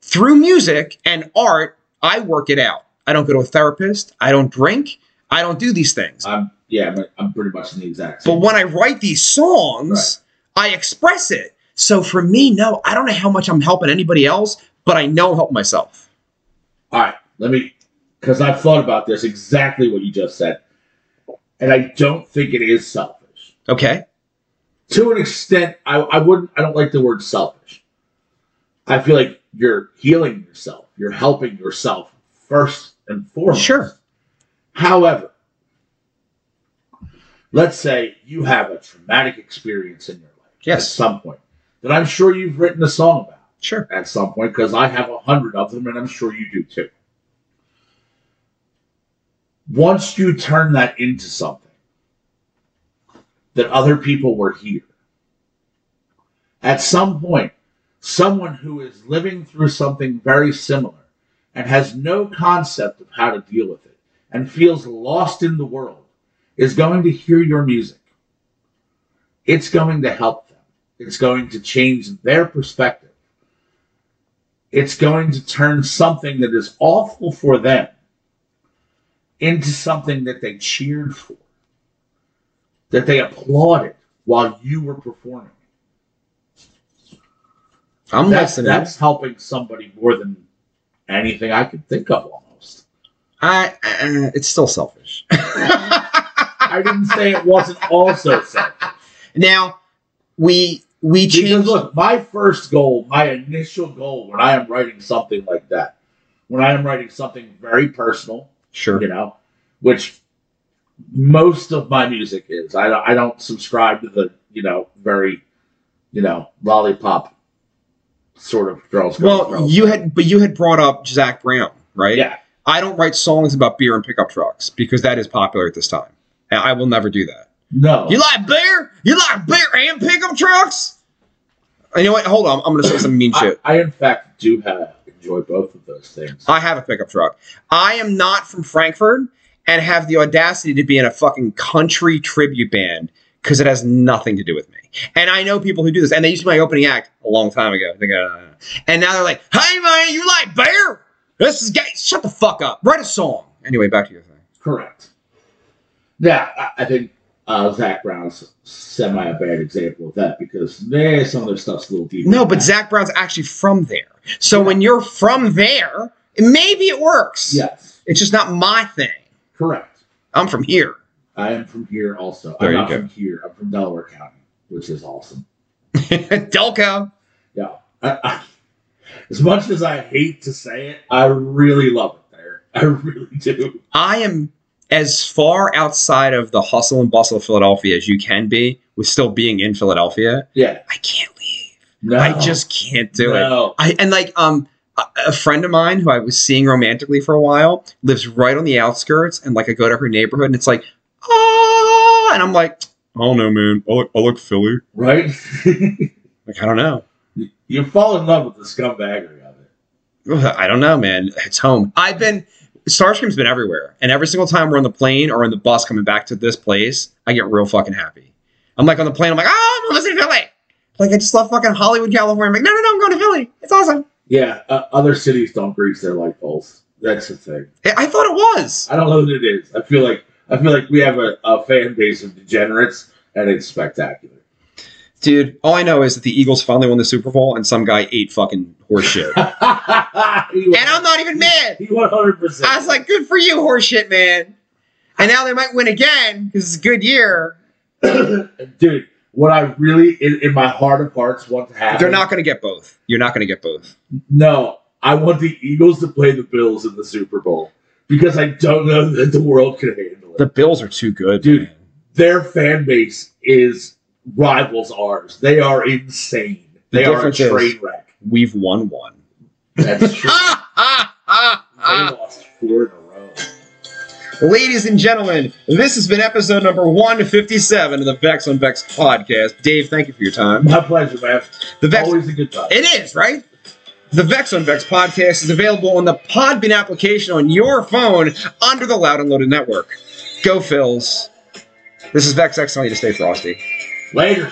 Speaker 1: through music and art, I work it out. I don't go to a therapist. I don't drink. I don't do these things.
Speaker 2: I'm. Yeah, I'm, I'm pretty much in the exact
Speaker 1: But
Speaker 2: same.
Speaker 1: when I write these songs, I express it. So for me, no, I don't know how much I'm helping anybody else, but I know help myself.
Speaker 2: All right, let me, because I've thought about this exactly what you just said, and I don't think it is selfish.
Speaker 1: Okay.
Speaker 2: to an extent, I, I wouldn't. I don't like the word selfish. I feel like you're healing yourself. You're helping yourself first and foremost.
Speaker 1: Sure.
Speaker 2: However, let's say you have a traumatic experience in your life at
Speaker 1: Yes.
Speaker 2: some point that I'm sure you've written a song about
Speaker 1: Sure.
Speaker 2: at some point because I have a hundred of them, and I'm sure you do too. Once you turn that into something that other people were here, at some point, someone who is living through something very similar and has no concept of how to deal with it and feels lost in the world is going to hear your music. It's going to help them. It's going to change their perspective it's going to turn something that is awful for them into something that they cheered for, that they applauded while you were performing.
Speaker 1: I'm
Speaker 2: That's,
Speaker 1: listening.
Speaker 2: that's helping somebody more than anything I could think of almost.
Speaker 1: I, I, it's still selfish. *laughs*
Speaker 2: I didn't say it wasn't
Speaker 1: *laughs*
Speaker 2: also selfish.
Speaker 1: now, we we
Speaker 2: Because
Speaker 1: change.
Speaker 2: look, my first goal, my initial goal when I am writing something like that, when I am writing something very personal,
Speaker 1: Sure.
Speaker 2: you know, which most of my music is. I don't, I don't subscribe to the, you know, very, you know, lollipop sort of girls. girls,
Speaker 1: Well,
Speaker 2: girls.
Speaker 1: you had, but you had brought up Zach Brown, right?
Speaker 2: Yeah.
Speaker 1: I don't write songs about beer and pickup trucks because that is popular at this time. And I will never do that.
Speaker 2: No.
Speaker 1: You like beer? You like beer and pickup trucks? And you know what? Hold on. I'm going to say some mean
Speaker 2: I,
Speaker 1: shit. Uh-
Speaker 2: I, in fact, do have enjoy both of those things.
Speaker 1: I have a pickup truck. I am not from Frankfurt and have the audacity to be in a fucking country tribute band because it has nothing to do with me. And I know people who do this, and they used to be my opening act a long time ago. I think, uh, and now they're like, "Hey man, you like beer? This is gay. Shut the fuck up. Write a song." Anyway, back to your thing.
Speaker 2: Correct. Yeah, I, I think uh, Zach Brown's semi a bad example of that because there some of their stuff's a little deeper.
Speaker 1: No,
Speaker 2: than
Speaker 1: but
Speaker 2: that.
Speaker 1: Zach Brown's actually from there. So when you're from there, maybe it works.
Speaker 2: Yes,
Speaker 1: It's just not my thing.
Speaker 2: correct.
Speaker 1: I'm from here. *laughs*
Speaker 2: I am from here also.
Speaker 1: There
Speaker 2: I'm
Speaker 1: you
Speaker 2: not
Speaker 1: go.
Speaker 2: from here. I'm from Delaware County, which is awesome.
Speaker 1: Delco.
Speaker 2: Yeah. I, I, as much as I hate to say it, I really love it there. *laughs* I really do.
Speaker 1: I am as far outside of the hustle and bustle of Philadelphia as you can be with still being in Philadelphia.
Speaker 2: Yeah.
Speaker 1: I can't leave.
Speaker 2: No.
Speaker 1: I just can't do it.
Speaker 2: no.
Speaker 1: I and like um a, a friend of mine who I was seeing romantically for a while lives right on the outskirts and like I go to her neighborhood and it's like ah and I'm like
Speaker 3: I don't know, man. I like, I like Philly.
Speaker 2: Right? *laughs*
Speaker 1: like I don't know.
Speaker 2: you fall in love with the scumbaggery of it.
Speaker 1: Ugh, *sighs* I don't know, man. It's home. I've been Starscream's been everywhere, and every single time we're on the plane or on the bus coming back to this place, I get real fucking happy. I'm like on the plane, I'm like, oh, I'm listening to Philly. Like I just left fucking Hollywood, California. I'm like, no, no, no, I'm going to Philly. It's awesome.
Speaker 2: Yeah. Uh, other cities don't grease their light poles. That's the thing.
Speaker 1: I I thought it was.
Speaker 2: I don't know what it is. I feel like I feel like we have a, a fan base of degenerates, and it's spectacular. *laughs*
Speaker 1: Dude, all I know is that the Eagles finally won the Super Bowl and some guy ate fucking *laughs* horseshit. and I'm not even mad.
Speaker 2: He 100. percent
Speaker 1: I was like, good for you, horseshit, man. And now they might win again because it's a good year.
Speaker 2: dude, what I really in, in my heart of hearts want to happen.
Speaker 1: They're not going to get both. You're not going to get both.
Speaker 2: No, I want the Eagles to play the Bills in the Super Bowl because I don't know that the world can handle it.
Speaker 1: The Bills are too good,
Speaker 2: Dude.
Speaker 1: man.
Speaker 2: Their fan base is rivals ours. They are insane.
Speaker 1: The
Speaker 2: They are a
Speaker 1: difference is-
Speaker 2: train wreck.
Speaker 1: We've won one. *laughs*
Speaker 2: That's true.
Speaker 1: Ah, ah, ah,
Speaker 2: they
Speaker 1: ah.
Speaker 2: lost four in a row.
Speaker 1: *laughs* Ladies and gentlemen, this has been episode number 157 of the Vex on Vex podcast. Dave, thank you for your time.
Speaker 2: My pleasure, man.
Speaker 1: The Vex
Speaker 2: Always a good time.
Speaker 1: It is, right? The Vex on Vex podcast is available on the Podbean application on your phone under the Loud and Loaded network. Go, Phils. This is Vex X telling you to stay frosty.
Speaker 2: Later.